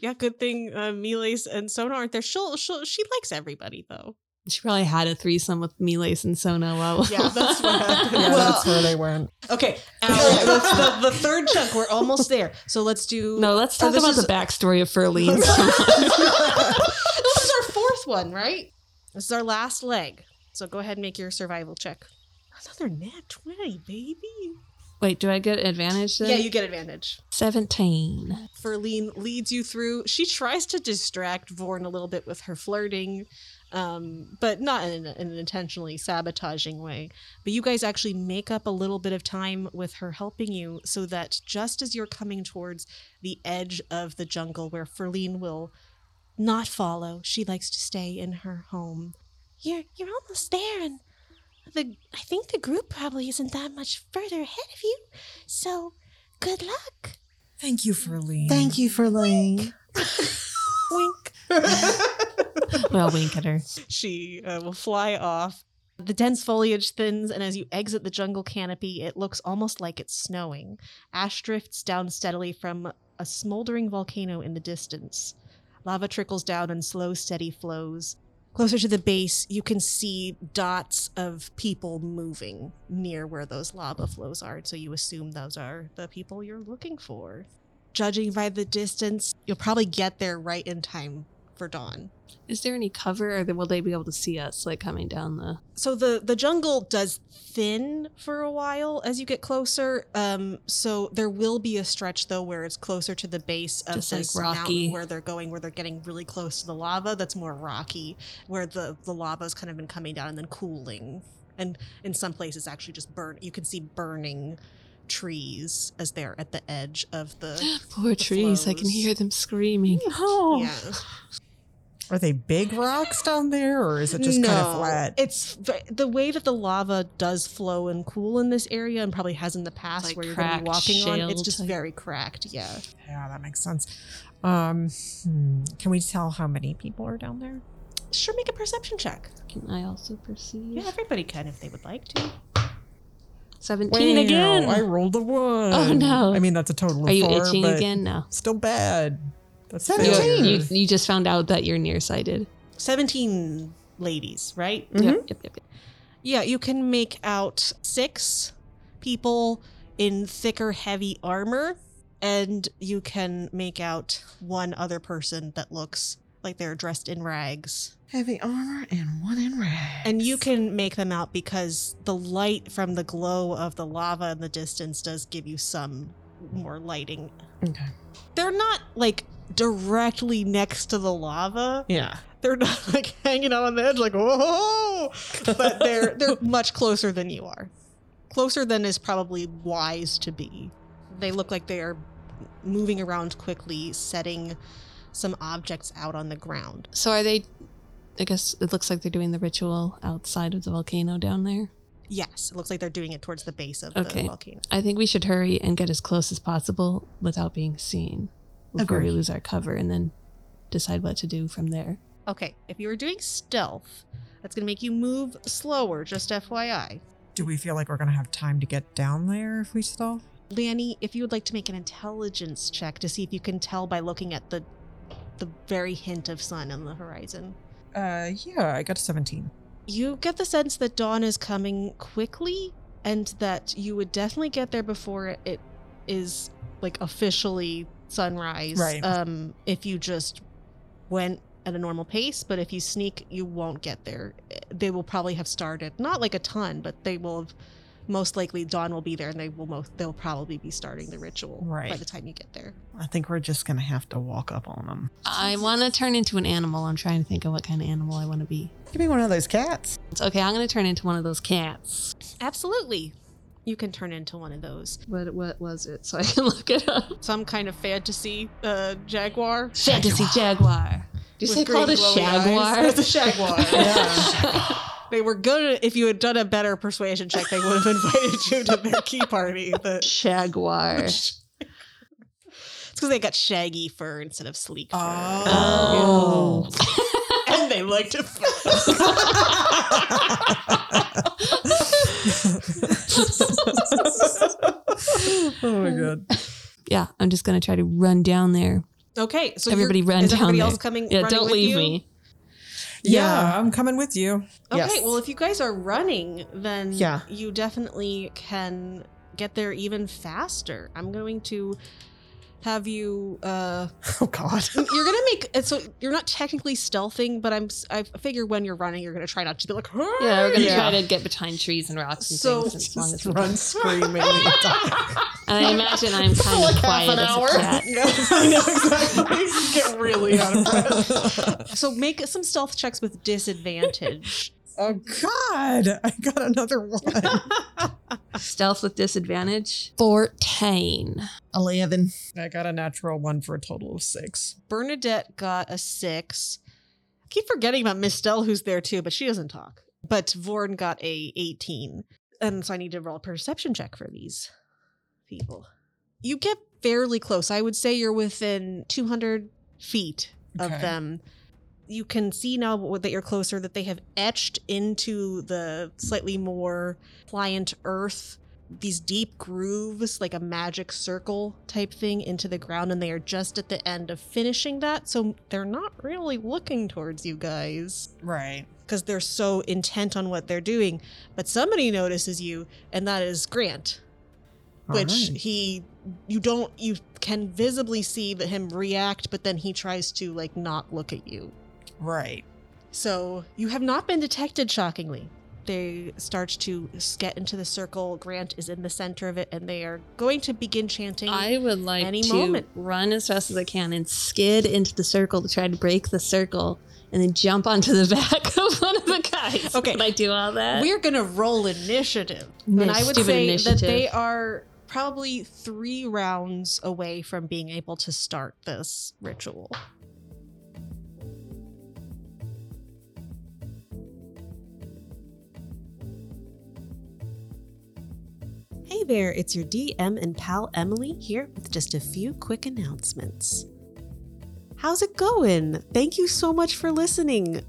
Yeah, good thing uh, Miles and Sona aren't there. She'll, she'll, she likes everybody though.
She probably had a threesome with Miles and Sona while
Yeah, that's what happened.
yeah,
Well-
that's where they went.
Okay, Ally, that's the, the third chunk. We're almost there. So let's do.
No, let's
Oh,
talk
this
about
is-
the backstory of Ferline.
this is our fourth one, right? This is our last leg. So go ahead and make your survival check. Another nat twenty, baby.
Wait, do I get advantage then?
Yeah, you get advantage.
17.
Ferline leads you through. She tries to distract Vorn a little bit with her flirting, um, but not in, an- in an intentionally sabotaging way. But you guys actually make up a little bit of time with her helping you so that just as you're coming towards the edge of the jungle where Ferline will not follow, she likes to stay in her home.
You're you're almost there, and the I think the group probably isn't that much further ahead of you. So, good luck.
Thank you, Ferline.
Thank you, Ferline.
Wink.
Well, wink at her.
she uh, will fly off. The dense foliage thins, and as you exit the jungle canopy, it looks almost like it's snowing. Ash drifts down steadily from a smoldering volcano in the distance. Lava trickles down in slow, steady flows. Closer to the base, you can see dots of people moving near where those lava flows are, so you assume those are the people you're looking for. Judging by the distance, you'll probably get there right in time for dawn.
Is there any cover or will they be able to see us like coming down the.
so the the jungle does thin for a while as you get closer um so there will be a stretch though where it's closer to the base of
Just, like,
this
rocky.
mountain where they're going where they're getting really close to the lava that's more rocky where the the lava's kind of been coming down and then cooling and in some places actually just burn you can see burning trees as they're at the edge of the
Poor trees. I can
flows.
hear them screaming. Oh.
yeah
Are they big rocks down there or is it just kind of
No,
flat?
It's v- the way that the lava does flow and cool in this area, and probably has in the past,
like
where you're going to
cracked
be walking on. It's
shale
just
type.
very cracked. Yeah,
Yeah, that makes sense. Um, hmm, can we tell how many people are down there?
sure. Make a perception check.
Can I also perceive?
Yeah, everybody can if they would like to.
17
Wow,
again.
I rolled a one.
Oh, no.
I mean, that's a total of
Are you
four,
itching
but
again? No.
Still bad. That's
You,
failure.
Seventeen.
you, you just found out that you're nearsighted.
17 ladies, right?
Yep, yep, yep, yep.
Yeah, you can make out six people in thicker, heavy armor, and you can make out one other person that looks like they're dressed in rags.
Heavy armor and one in rags.
And you can make them out because the light from the glow of the lava in the distance does give you some more lighting.
Okay.
They're not like directly next to the lava.
Yeah.
They're not like hanging out on the edge like whoa, but they're they're much closer than you are. Closer than is probably wise to be. They look like they are moving around quickly, setting some objects out on the ground.
So are they? I guess it looks like they're doing the ritual outside of the volcano down there.
Yes, it looks like they're doing it towards the base of
Okay.
the volcano.
I think we should hurry and get as close as possible without being seen before
Agreed.
we lose our cover, and then decide what to do from there.
Okay, if you were doing stealth, that's going to make you move slower, just FYI.
Do we feel like we're gonna have time to get down there if we stall?
Lanny, if you would like to make an intelligence check to see if you can tell by looking at the the very hint of sun on the horizon.
Uh, yeah, I got a seventeen.
You get the sense that dawn is coming quickly and that you would definitely get there before it is like officially sunrise.
Right.
Um if you just went at a normal pace, but if you sneak, you won't get there. They will probably have started not like a ton, but they will have most likely dawn will be there and they will most they'll probably be starting the ritual by
Right.
the time you get there.
I think we're just gonna have to walk up on them.
I want to turn into an animal. I'm trying to think of what kind of animal I want to be.
Give me one of those cats.
It's okay. I'm going to turn into one of those cats.
Absolutely. You can turn into one of those.
What what was it? So I can look it up.
Some kind of fantasy uh, jaguar.
Fantasy jaguar. Do you
With
say called a
green glowing eyes.
jaguar?
It's a jaguar. They were good. If you had done a better persuasion check, they would have invited you to their key party. But it's
Jaguar.
because they got shaggy fur instead of sleek fur.
Oh.
And they liked it.
oh my god.
Yeah, I'm just going to try to run down there.
Okay, so
Everybody
you're,
run
is everybody
down
else
there.
coming?
Yeah,
running
don't
with
leave
you?
me.
Yeah,
Yeah.
I'm coming with you.
Okay,
Yes.
well, if you guys are running, then
Yeah.
you definitely can get there even faster. I'm going to have you uh
Oh God.
you're gonna make it so you're not technically stealthing but i'm s- i figure when you're running you're gonna try not to be like
Yeah, we're going to
Yeah.
try to get behind trees and rocks and
So-
things as long as
Just
we can.
run screaming. the entire-
And I imagine I'm kind of quiet as a cat.
get really out of breath so make some stealth checks with disadvantage
Oh god, I got another one.
Stealth with disadvantage. 14.
Eleven.
I got a natural one for a total of six.
bernadette got a six I keep forgetting about miss dell who's there too but she doesn't talk but vorn got a 18 and so i need to roll a perception check for these people you get fairly close i would say you're within 200 feet of them. You can see now w- that you're closer that they have etched into the slightly more pliant earth these deep grooves, like a magic circle type thing, into the ground, and they are just at the end of finishing that. So they're not really looking towards you guys
Right.
because they're so intent on what they're doing. But somebody notices you, and that is Grant which
Alright.
he you don't you can visibly see that him react but then he tries to like not look at you
Right.
so you have not been detected shockingly they start to s- get into the circle grant is in the center of it and they are going to begin chanting
I would like
any
to
moment.
run as fast as I can and skid into the circle to try to break the circle and then jump onto the back of one of the guys.
Okay.
Would I do all that?
we're gonna roll initiative
No,
and i would
stupid
say that
initiative.
they are probably three rounds away from being able to start this ritual
Hey there, it's your DM and pal Emily here with just a few quick announcements. How's it going? Thank you so much for listening.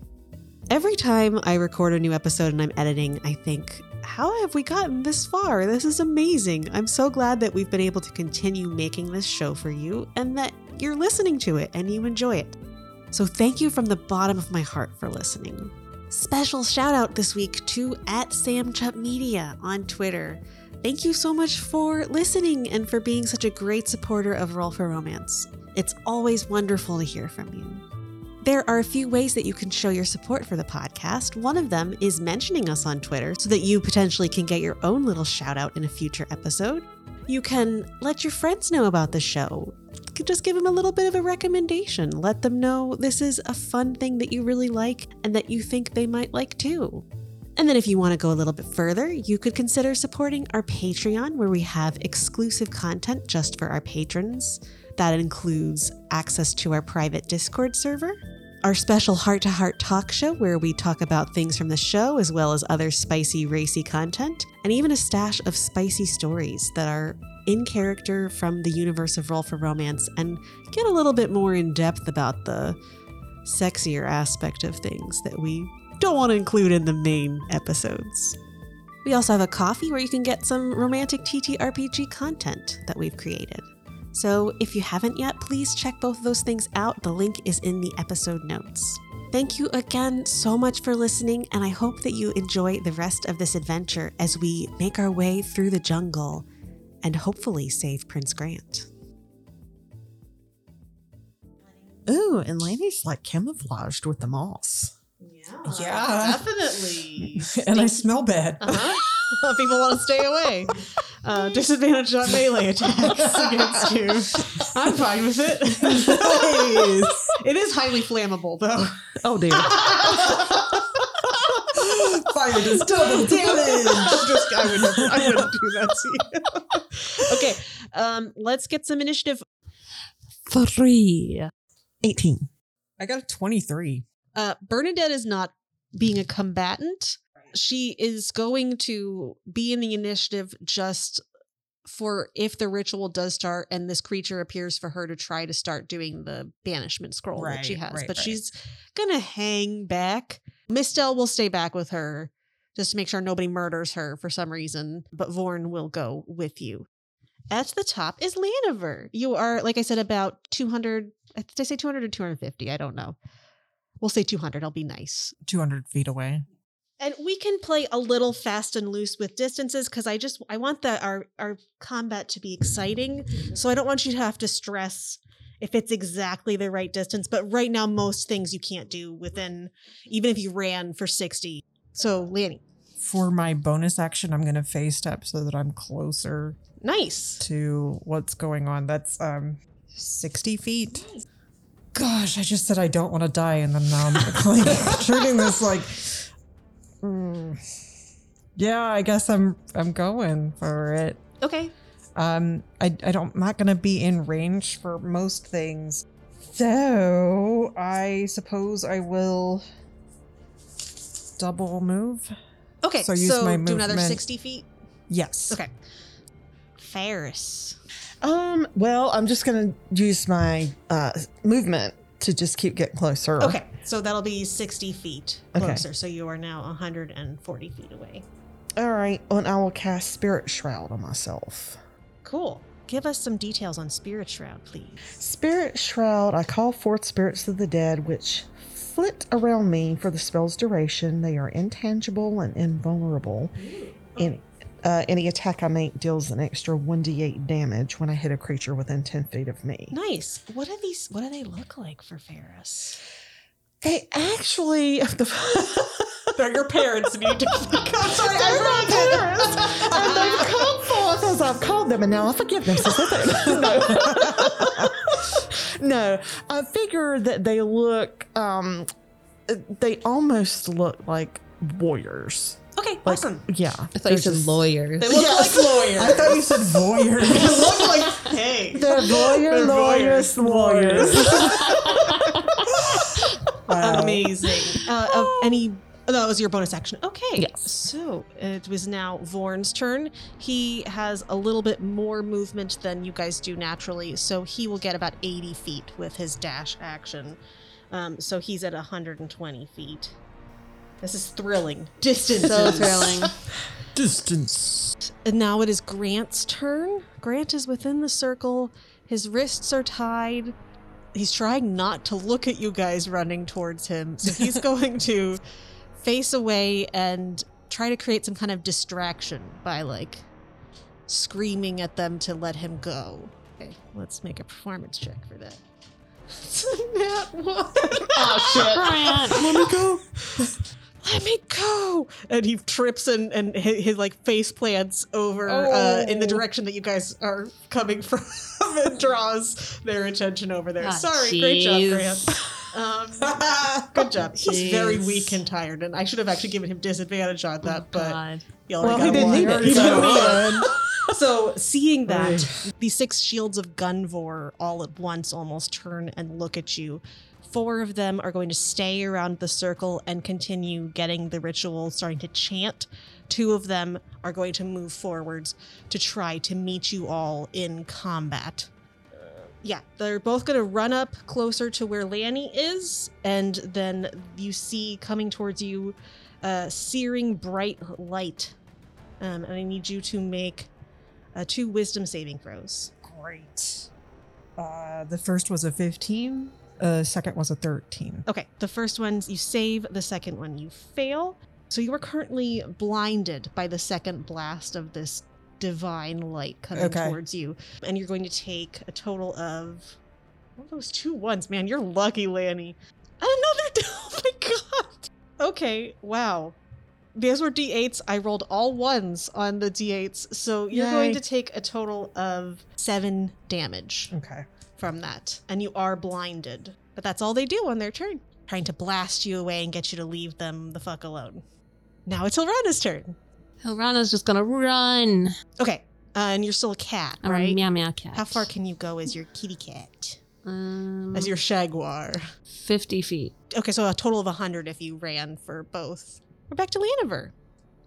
Every time I record a new episode and I'm editing, I think, how have we gotten this far? This is amazing. I'm so glad that we've been able to continue making this show for you and that you're listening to it and you enjoy it. So thank you from the bottom of my heart for listening. Special shout out this week to at Sam Chup Media on Twitter. Thank you so much for listening and for being such a great supporter of Roll for Romance. It's always wonderful to hear from you. There are a few ways that you can show your support for the podcast. One of them is mentioning us on Twitter so that you potentially can get your own little shout out in a future episode. You can let your friends know about the show. Could Just give them a little bit of a recommendation. Let them know this is a fun thing that you really like and that you think they might like too. And then, if you want to go a little bit further, you could consider supporting our Patreon, where we have exclusive content just for our patrons. That includes access to our private Discord server, our special heart to heart talk show where we talk about things from the show as well as other spicy, racy content, and even a stash of spicy stories that are in character from the universe of Roll for Romance and get a little bit more in depth about the sexier aspect of things that we don't want to include in the main episodes. We also have a coffee where you can get some romantic TTRPG content that we've created. So if you haven't yet, please check both of those things out. The link is in the episode notes. Thank you again so much for listening, and I hope that you enjoy the rest of this adventure as we make our way through the jungle and hopefully save Prince Grant.
Ooh, and Lanny's like camouflaged with the moss.
Yeah.
Definitely.
Uh, And I smell bad.
Uh-huh. People want to stay away. Uh, disadvantage on melee attacks against you. I'm fine with it. it is highly flammable, though.
Oh dear.
Fire does double damage.
Just- I, would never, I wouldn't do that to you. okay, um, let's get some initiative.
Three.
18.
I got a 23.
Uh, Bernadette is not being a combatant. She is going to be in the initiative just for if the ritual does start and this creature appears for her to try to start doing the banishment scroll that she
Right,
has.
right,
but
right.
she's gonna hang back. Mistel will stay back with her just to make sure nobody murders her for some reason. But Vorn will go with you. At the top is Lanover. You are, like I said, about 200. Did I say 200 or 250? I don't know. We'll say 200. I'll be nice.
200 feet away.
And we can play a little fast and loose with distances because I just I want the our our combat to be exciting. So I don't want you to have to stress if it's exactly the right distance. But right now, most things you can't do within even if you ran for sixty. So Lanny,
For my bonus action, I'm going to face step so that I'm closer
nice.
to what's going on. That's um 60 feet. Gosh, I just said I don't want to die, and then now I'm like treating this like. mm. yeah, I guess I'm I'm going for it.
Okay.
Um, I I don't I'm not gonna be in range for most things, so I suppose I will double move.
Okay.
So
So,
use my
do another
movement.
sixty feet.
Yes.
Okay. Ferris.
Um, well, I'm just gonna use my uh movement to just keep getting closer.
Okay. So that'll be sixty feet
Okay.
closer. So you are now hundred and forty feet away.
All right, and I will cast Spirit Shroud on myself.
Cool. Give us some details on Spirit Shroud, please.
Spirit Shroud, I call forth spirits of the dead, which flit around me for the spell's duration. They are intangible and invulnerable. Any, uh, any attack I make deals an extra 1d8 damage when I hit a creature within 10 feet of me.
Nice. What are these? What do they look like for Ferris?
They actually.
They're your parents. Need to
I'm sorry, I wrote parents. and they've come forth as I've called them, and now I forgive them. sister. no. no, I figure that they look, um, they almost look like warriors.
okay,
Like,
awesome.
Yeah.
I thought you said
just-
lawyer.
They look
Yes.
like lawyers.
I thought you said voyeur.
They look like hey.
They're lawyer,
They're
lawyers, lawyers.
Amazing. Uh, of any that was your bonus action. Okay.
Yes.
So it was now Vorn's turn. He has a little bit more movement than you guys do naturally, so he will get about 80 feet with his dash action. Um, so he's at 120 feet. This is thrilling. Distance.
So thrilling.
Distance.
And now it is Grant's turn. Grant is within the circle. His wrists are tied. He's trying not to look at you guys running towards him. So he's going to face away and try to create some kind of distraction by like screaming at them to let him go. Okay, let's make a performance check for that. It's a nat one.
Grant.
let me go and he trips and and his, his like face plants over uh, in the direction that you guys are coming from and draws their attention over there
Ah,
sorry great job
jeez.
grant um, good job he's very
Jeez. Oh,
weak and tired and i should have actually given him disadvantage on that but
God.
he
Well,
already
he
got
didn't
one.
need it.
So-
So-
so seeing that, the six shields of Gunvor all at once almost turn and look at you. Four of them are going to stay around the circle and continue getting the ritual, starting to chant. Two of them are going to move forwards to try to meet you all in combat. Yeah, they're both going to run up closer to where Lanny is, and then you see coming towards you uh, searing bright light. Um, and I need you to make uh, two wisdom saving throws.
Great. Uh, the first was a 15. uh, second was a 13.
Okay, the first one you save, the second one you fail. So you are currently blinded by the second blast of this divine light coming
Okay.
towards you. And you're going to take a total of what are those two ones, man. You're lucky, Lanny. Another oh my god. Okay, wow. These were D8s. I rolled all ones on the D8s. So you're going
Yay.
to take a total of seven damage
Okay.
from that, and you are blinded. But that's all they do on their turn, trying to blast you away and get you to leave them the fuck alone. Now it's Elrana's turn.
Elrana's just gonna run.
Okay, uh, and you're still a cat,
I'm a
right?
meow meow cat.
How far can you go as your kitty cat?
Um,
As your shaguar.
50 feet.
Okay, so a total of 100 if you ran for both. We're back to Laniver.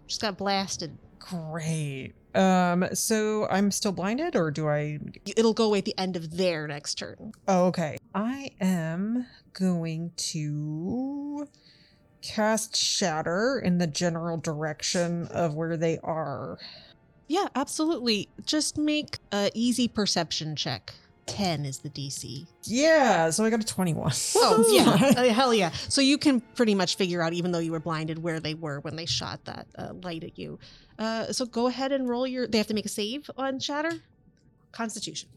Just got blasted.
Great. Um, so I'm still blinded, or do I?
It'll go away at the end of their next turn.
Oh, okay. I am going to cast Shatter in the general direction of where they are.
Yeah, absolutely. Just make a easy perception check. 10 is the DC.
Yeah, so I got a 21.
Oh yeah, Uh, hell yeah! So you can pretty much figure out, even though you were blinded, where they were when they shot that uh, light at you. Uh, so go ahead and roll your. They have to make a save on Shatter. Constitution.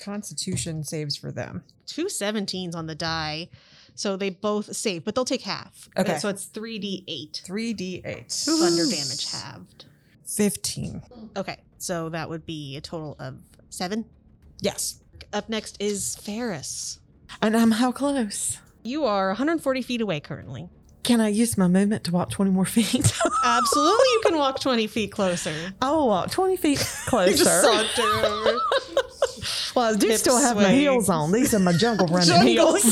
Constitution saves for them.
Two 17s on the die, so they both save, but they'll take half. Uh,
Okay.
so it's three d eight
3d8.
thunder damage halved.
15.
Okay, so that would be a total of seven.
Yes.
Up next is Ferris.
And I'm how close?
You are 140 feet away currently.
Can I use my movement to walk 20 more feet?
Absolutely, you can walk 20 feet closer.
I'll walk 20 Oh, uh, feet closer.
over.
well, I do
hip
still have my
swing.
heels on. These are my jungle running heels.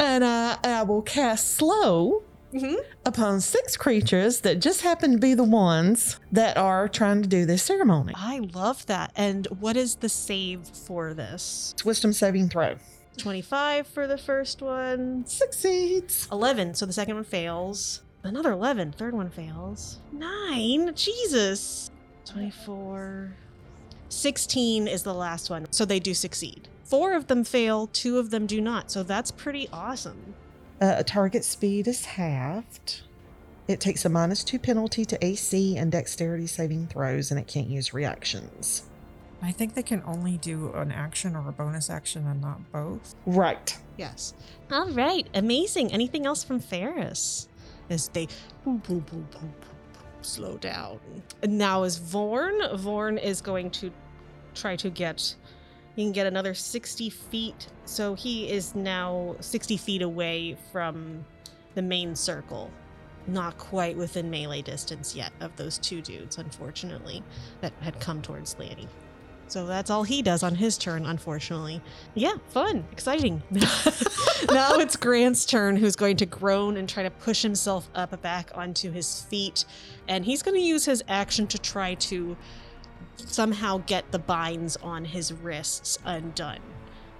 and uh, I will cast slow
Mhm.
upon six creatures that just happen to be the ones that are trying to do this ceremony.
I love that. And what is the save for this?
It's wisdom saving throw.
25 for the first one,
Succeeds.
11, so the second one fails. Another 11, third one fails. 9, Jesus. 24. 16 is the last one, so they do succeed. Four of them fail, two of them do not, so that's pretty awesome.
Uh, target speed is halved. It takes a minus two penalty to AC and dexterity saving throws, and it can't use reactions.
I think they can only do an action or a bonus action and not both.
Right.
Yes. All right. Amazing. Anything else from Ferris? As they boom, boom, boom, boom, boom, boom, slow down. And now is Vorn. Vorn is going to try to get. He can get another 60 feet. So he is now 60 feet away from the main circle. Not quite within melee distance yet of those two dudes, unfortunately, that had come towards Lanny. So that's all he does on his turn, unfortunately. Yeah, fun, exciting. now it's Grant's turn, who's going to groan and try to push himself up back onto his feet. And he's going to use his action to try to somehow get the binds on his wrists undone.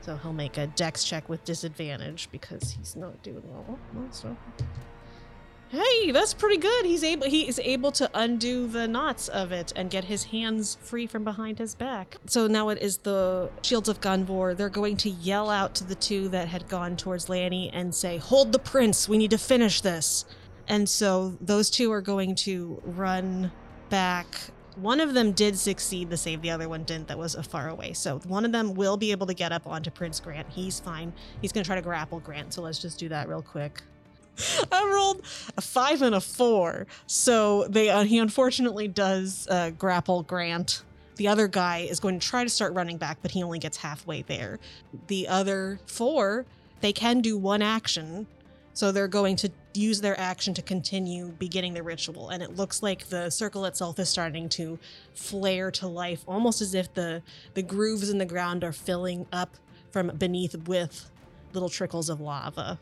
So he'll make a dex check with disadvantage because he's not doing well. Well, so- Hey, that's pretty good. He's able he is able to undo the knots of it and get his hands free from behind his back. So now it is the shields of Gunvor. They're going to yell out to the two that had gone towards Lanny and say, "Hold the prince. We need to finish this." And so those two are going to run back. One of them did succeed to save, the other one didn't. That was a far away. So one of them will be able to get up onto Prince Grant. He's fine. He's going to try to grapple Grant. So let's just do that real quick. I rolled a five and a four. So they uh, he unfortunately does uh, grapple Grant. The other guy is going to try to start running back, but he only gets halfway there. The other four, they can do one action so they're going to use their action to continue beginning the ritual. And it looks like the circle itself is starting to flare to life, almost as if the, the grooves in the ground are filling up from beneath with little trickles of lava.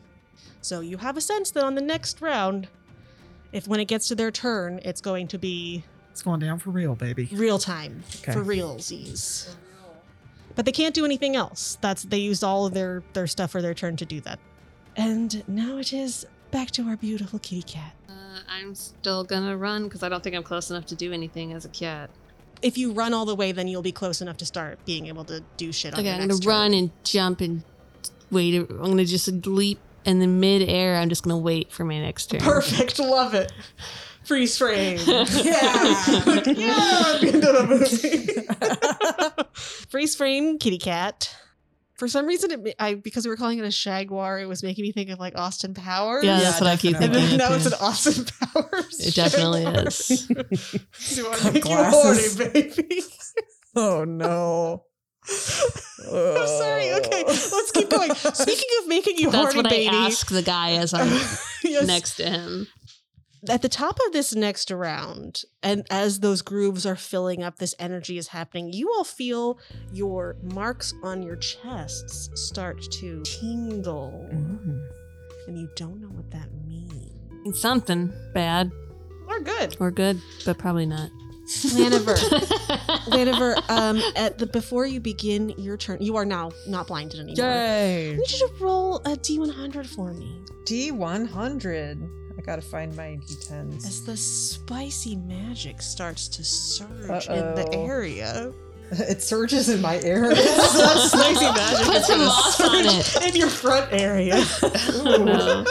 So you have a sense that on the next round, if when it gets to their turn, it's going to be
It's going down for real, baby.
real time
Okay.
for realsies. But they can't do anything else. That's they used all of their their stuff for their turn to do that. And now it is back to our beautiful kitty cat.
Uh, I'm still gonna run because I don't think I'm close enough to do anything as a cat.
If you run all the way, then you'll be close enough to start being able to do shit on
Okay,
your
I'm gonna
next
run
turn.
and jump and wait. I'm gonna just leap and then midair. I'm just gonna wait for my next turn.
Perfect, love it. Freeze frame. Freeze frame kitty cat. For some reason, it, ma- I because we were calling it a shaguar, it was making me think of like Austin Powers.
Yeah,
Yeah,
that's what I keep
And
definitely.
thinking.
then
of,
now it's
too.
an Austin Powers.
It definitely is.
Do I make
Glasses.
you horny, baby?
Oh no. Oh.
I'm sorry. Okay, let's keep going. Speaking of making you
That's
horny,
what
baby.
I ask the guy as I'm
yes.
next to him.
At the top of this next round, and as those grooves are filling up, this energy is happening. You all feel your marks on your chests start to tingle,
Mm.
and you don't know what that means.
Something bad
We're good.
or good, but probably not.
Laniver, Laniver, um, at the before you begin your turn, you are now not blinded anymore. I
Yay.
need you to roll a D100 for me.
D100. I gotta find my D10s.
As the spicy magic starts to surge in the
Uh-oh.
area.
It surges in my air.
spicy magic
Put
is
some
gonna
moss on
surge in your front area.
Oh, no.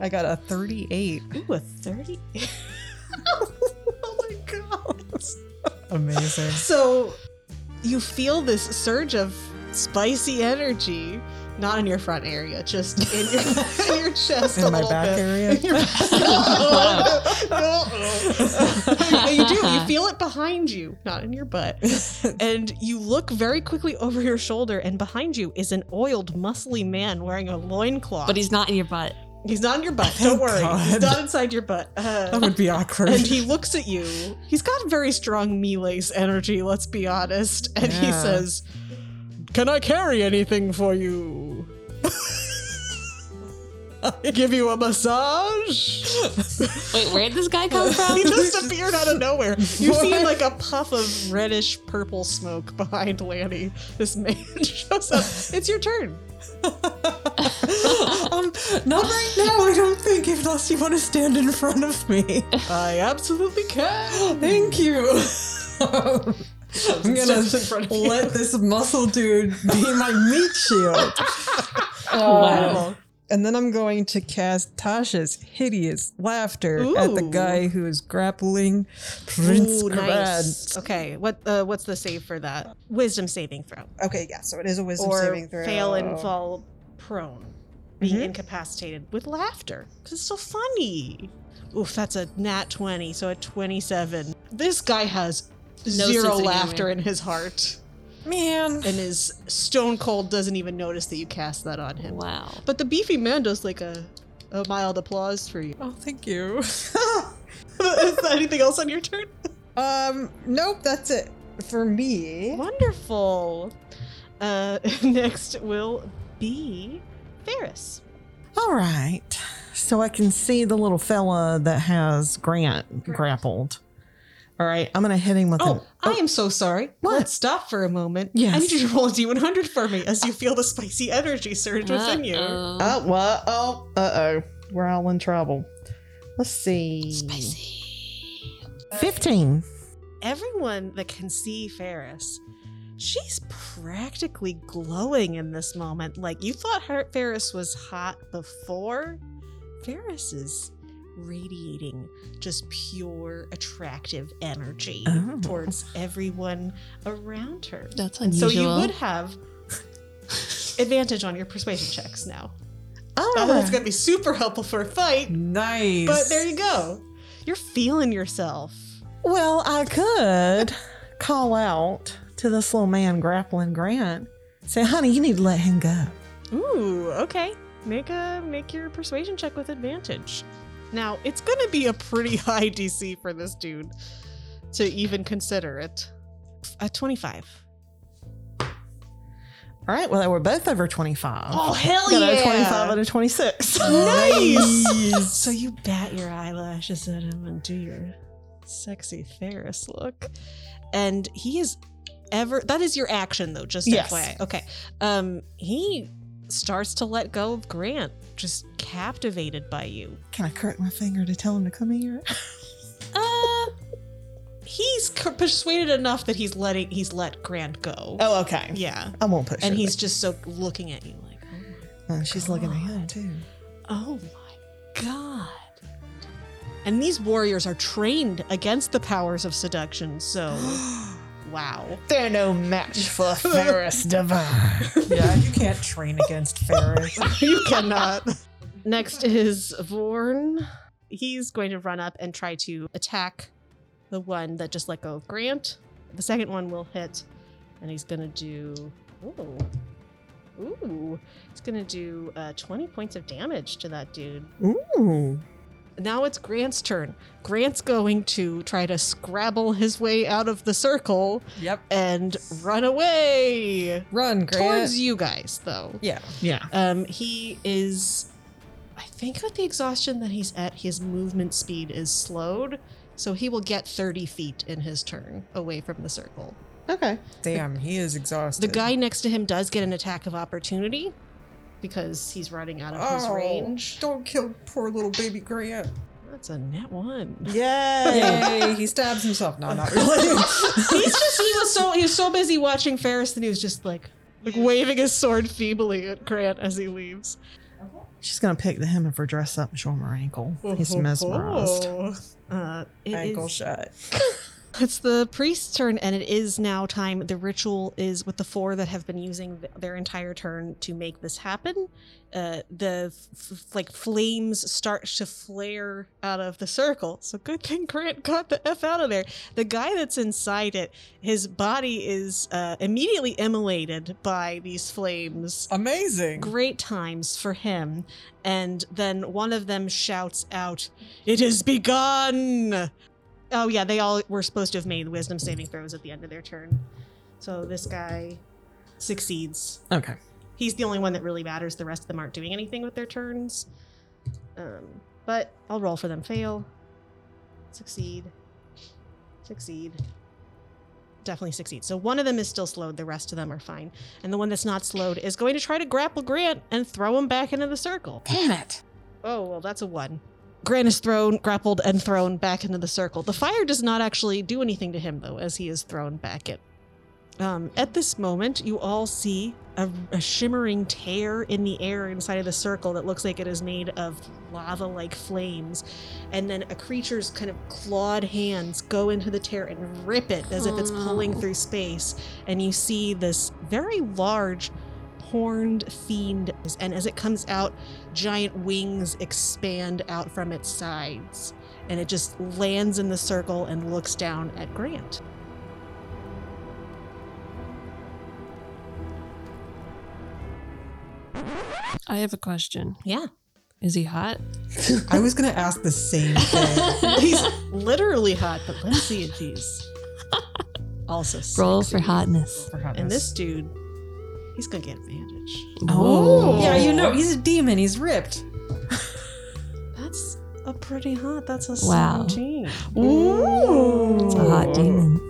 I got a 38.
Ooh, a 30. oh my god.
Amazing.
So you feel this surge of spicy energy, not in your front area, just in your, in your chest a
In my
little
back
bit.
area.
Oh. No, no. Oh, you do. You feel it behind you, not in your butt. And you look very quickly over your shoulder, and behind you is an oiled, muscly man wearing a loincloth.
But he's not in your butt.
he's not in your butt. Don't
Thank
worry. He's
God.
not inside your butt. Uh,
That would be awkward.
and he looks at you. He's got very strong Melee's energy, let's be honest. And he
Yeah.
says, Can I carry anything for you? Give you a massage?
Wait, where'd this guy come from?
He just appeared out of nowhere. You see like a puff of reddish purple smoke behind Lanny. This man shows up. It's your turn.
um, not right now, I don't think, unless you want to stand in front of me.
I absolutely can.
Thank you. Um, I'm gonna
Steps in front of you.
let this muscle dude be my meat shield.
Wow.
And then I'm going to cast Tasha's hideous laughter at the
Ooh.
guy who is grappling Prince
Ooh,
Grant.
nice. Okay, what uh, what's the save for that? Wisdom saving throw.
Okay, yeah, so it is a wisdom
or
saving throw.
fail and fall prone, being
Mhm.
incapacitated with laughter because it's so funny. Oof, that's a nat twenty, so a twenty-seven. This guy has
sense
zero
of humor.
laughter in his heart,
Man.
and is stone cold. Doesn't even notice that you cast that on him.
Wow.
But the beefy man does like a, a mild applause for you.
Oh, thank you.
is there anything else on your turn?
um, nope, that's it for me.
Wonderful. Uh, next will be Ferris.
All right. So I can see the little fella that has Grant grappled. All right, I'm gonna hit him with
Oh,
an-
I am so sorry.
What?
Let's stop for a moment. I
Yes.
need you to roll a d100 for me as you feel the spicy energy surge within you.
Uh-oh.
Oh, what? Oh, uh oh. We're all in trouble. Let's see. Spicy. 15.
Everyone that can see Ferris, she's practically glowing in this moment. Like you thought her- Ferris was hot before. Ferris is radiating just pure attractive energy
Oh.
towards everyone around her.
That's
And
unusual.
So you would have advantage on your persuasion checks now. Not that it's
Oh,
going to be super helpful for a fight,
Nice.
but there you go. You're feeling yourself.
well, I could call out to this little man grappling Grant. Say, honey, you need to let him go.
Ooh, okay. Make a make your persuasion check with advantage. Now it's going to be a pretty high DC for this dude to even consider it. A twenty-five.
All right, well, they were both over 25.
Oh, hell
Got a 25 out of 26.
nice. so you bat your eyelashes at him and do your sexy Ferris look, and he is ever. That is your action though. Just
Yes.
FYI. Okay. Um, he starts to let go of Grant, just captivated by you.
Can I crack my finger to tell him to come here?
Uh, he's c- persuaded enough that he's letting he's let Grant go.
Oh, okay.
Yeah,
I won't push
and
her.
he's just so looking at you like, oh my
And she's looking at him, too.
Oh my god. And these warriors are trained against the powers of seduction, so wow.
They're no match for Ferris Devine.
yeah, you can't train against Ferris.
you cannot. Next is Vorn. He's going to run up and try to attack the one that just let go of Grant. The second one will hit, and he's going to do. Ooh. Ooh. He's going to do uh, 20 points of damage to that dude.
Ooh.
Now it's Grant's turn. Grant's going to try to scrabble his way out of the circle
yep.
and run away
Run, Grant.
towards you guys, though.
Yeah.
Yeah.
Um, he is, I think, with the exhaustion that he's at, his movement speed is slowed, so he will get 30 feet in his turn away from the circle.
Okay.
Damn, he is
The
exhausted.
guy next to him does get an attack of opportunity because he's running out of his
Oh,
range.
Don't kill poor little baby Grant.
That's a net one.
Yay.
Yay, he stabs himself. No, not really.
he's just he was so he was so busy watching Ferris that he was just like like waving his sword feebly at Grant as he leaves.
She's gonna pick the hem of her dress up and show him her ankle. He's mesmerized.
Uh, it is-
Ankle shot.
it's the priest's turn, and it is now time. The ritual is with the four that have been using th- their entire turn to make this happen. Uh, the f- f- like flames start to flare out of the circle. So good thing Grant got the f out of there. The guy that's inside it, his body is uh, immediately immolated by these flames
Amazing.
great times for him. And then one of them shouts out, It is begun! Oh, yeah, they all were supposed to have made wisdom saving throws at the end of their turn. So this guy succeeds.
Okay.
He's the only one that really matters. The rest of them aren't doing anything with their turns. Um, but I'll roll for them. Fail. Succeed. Succeed. Definitely succeed. So one of them is still slowed. The rest of them are fine. And the one that's not slowed is going to try to grapple Grant and throw him back into the circle.
Damn it.
Oh, well, that's a one. Grant is thrown, grappled, and thrown back into the circle. The fire does not actually do anything to him, though, as he is thrown back in. Um, at this moment, you all see a, a shimmering tear in the air inside of the circle that looks like it is made of lava like flames. And then a creature's kind of clawed hands go into the tear and rip it as if it's pulling
Oh.
through space. And you see this very large horned fiend. And as it comes out, giant wings expand out from its sides and it just lands in the circle and looks down at Grant.
I have a question.
Yeah.
Is he hot?
I was gonna ask the same thing.
He's literally hot, but let's see if he's also sexy.
Roll for hotness.
And this dude, he's gonna get advantage.
Oh.
Yeah, you know he's a demon. He's ripped.
That's a pretty hot. That's a
Wow.
17.
It's a hot demon.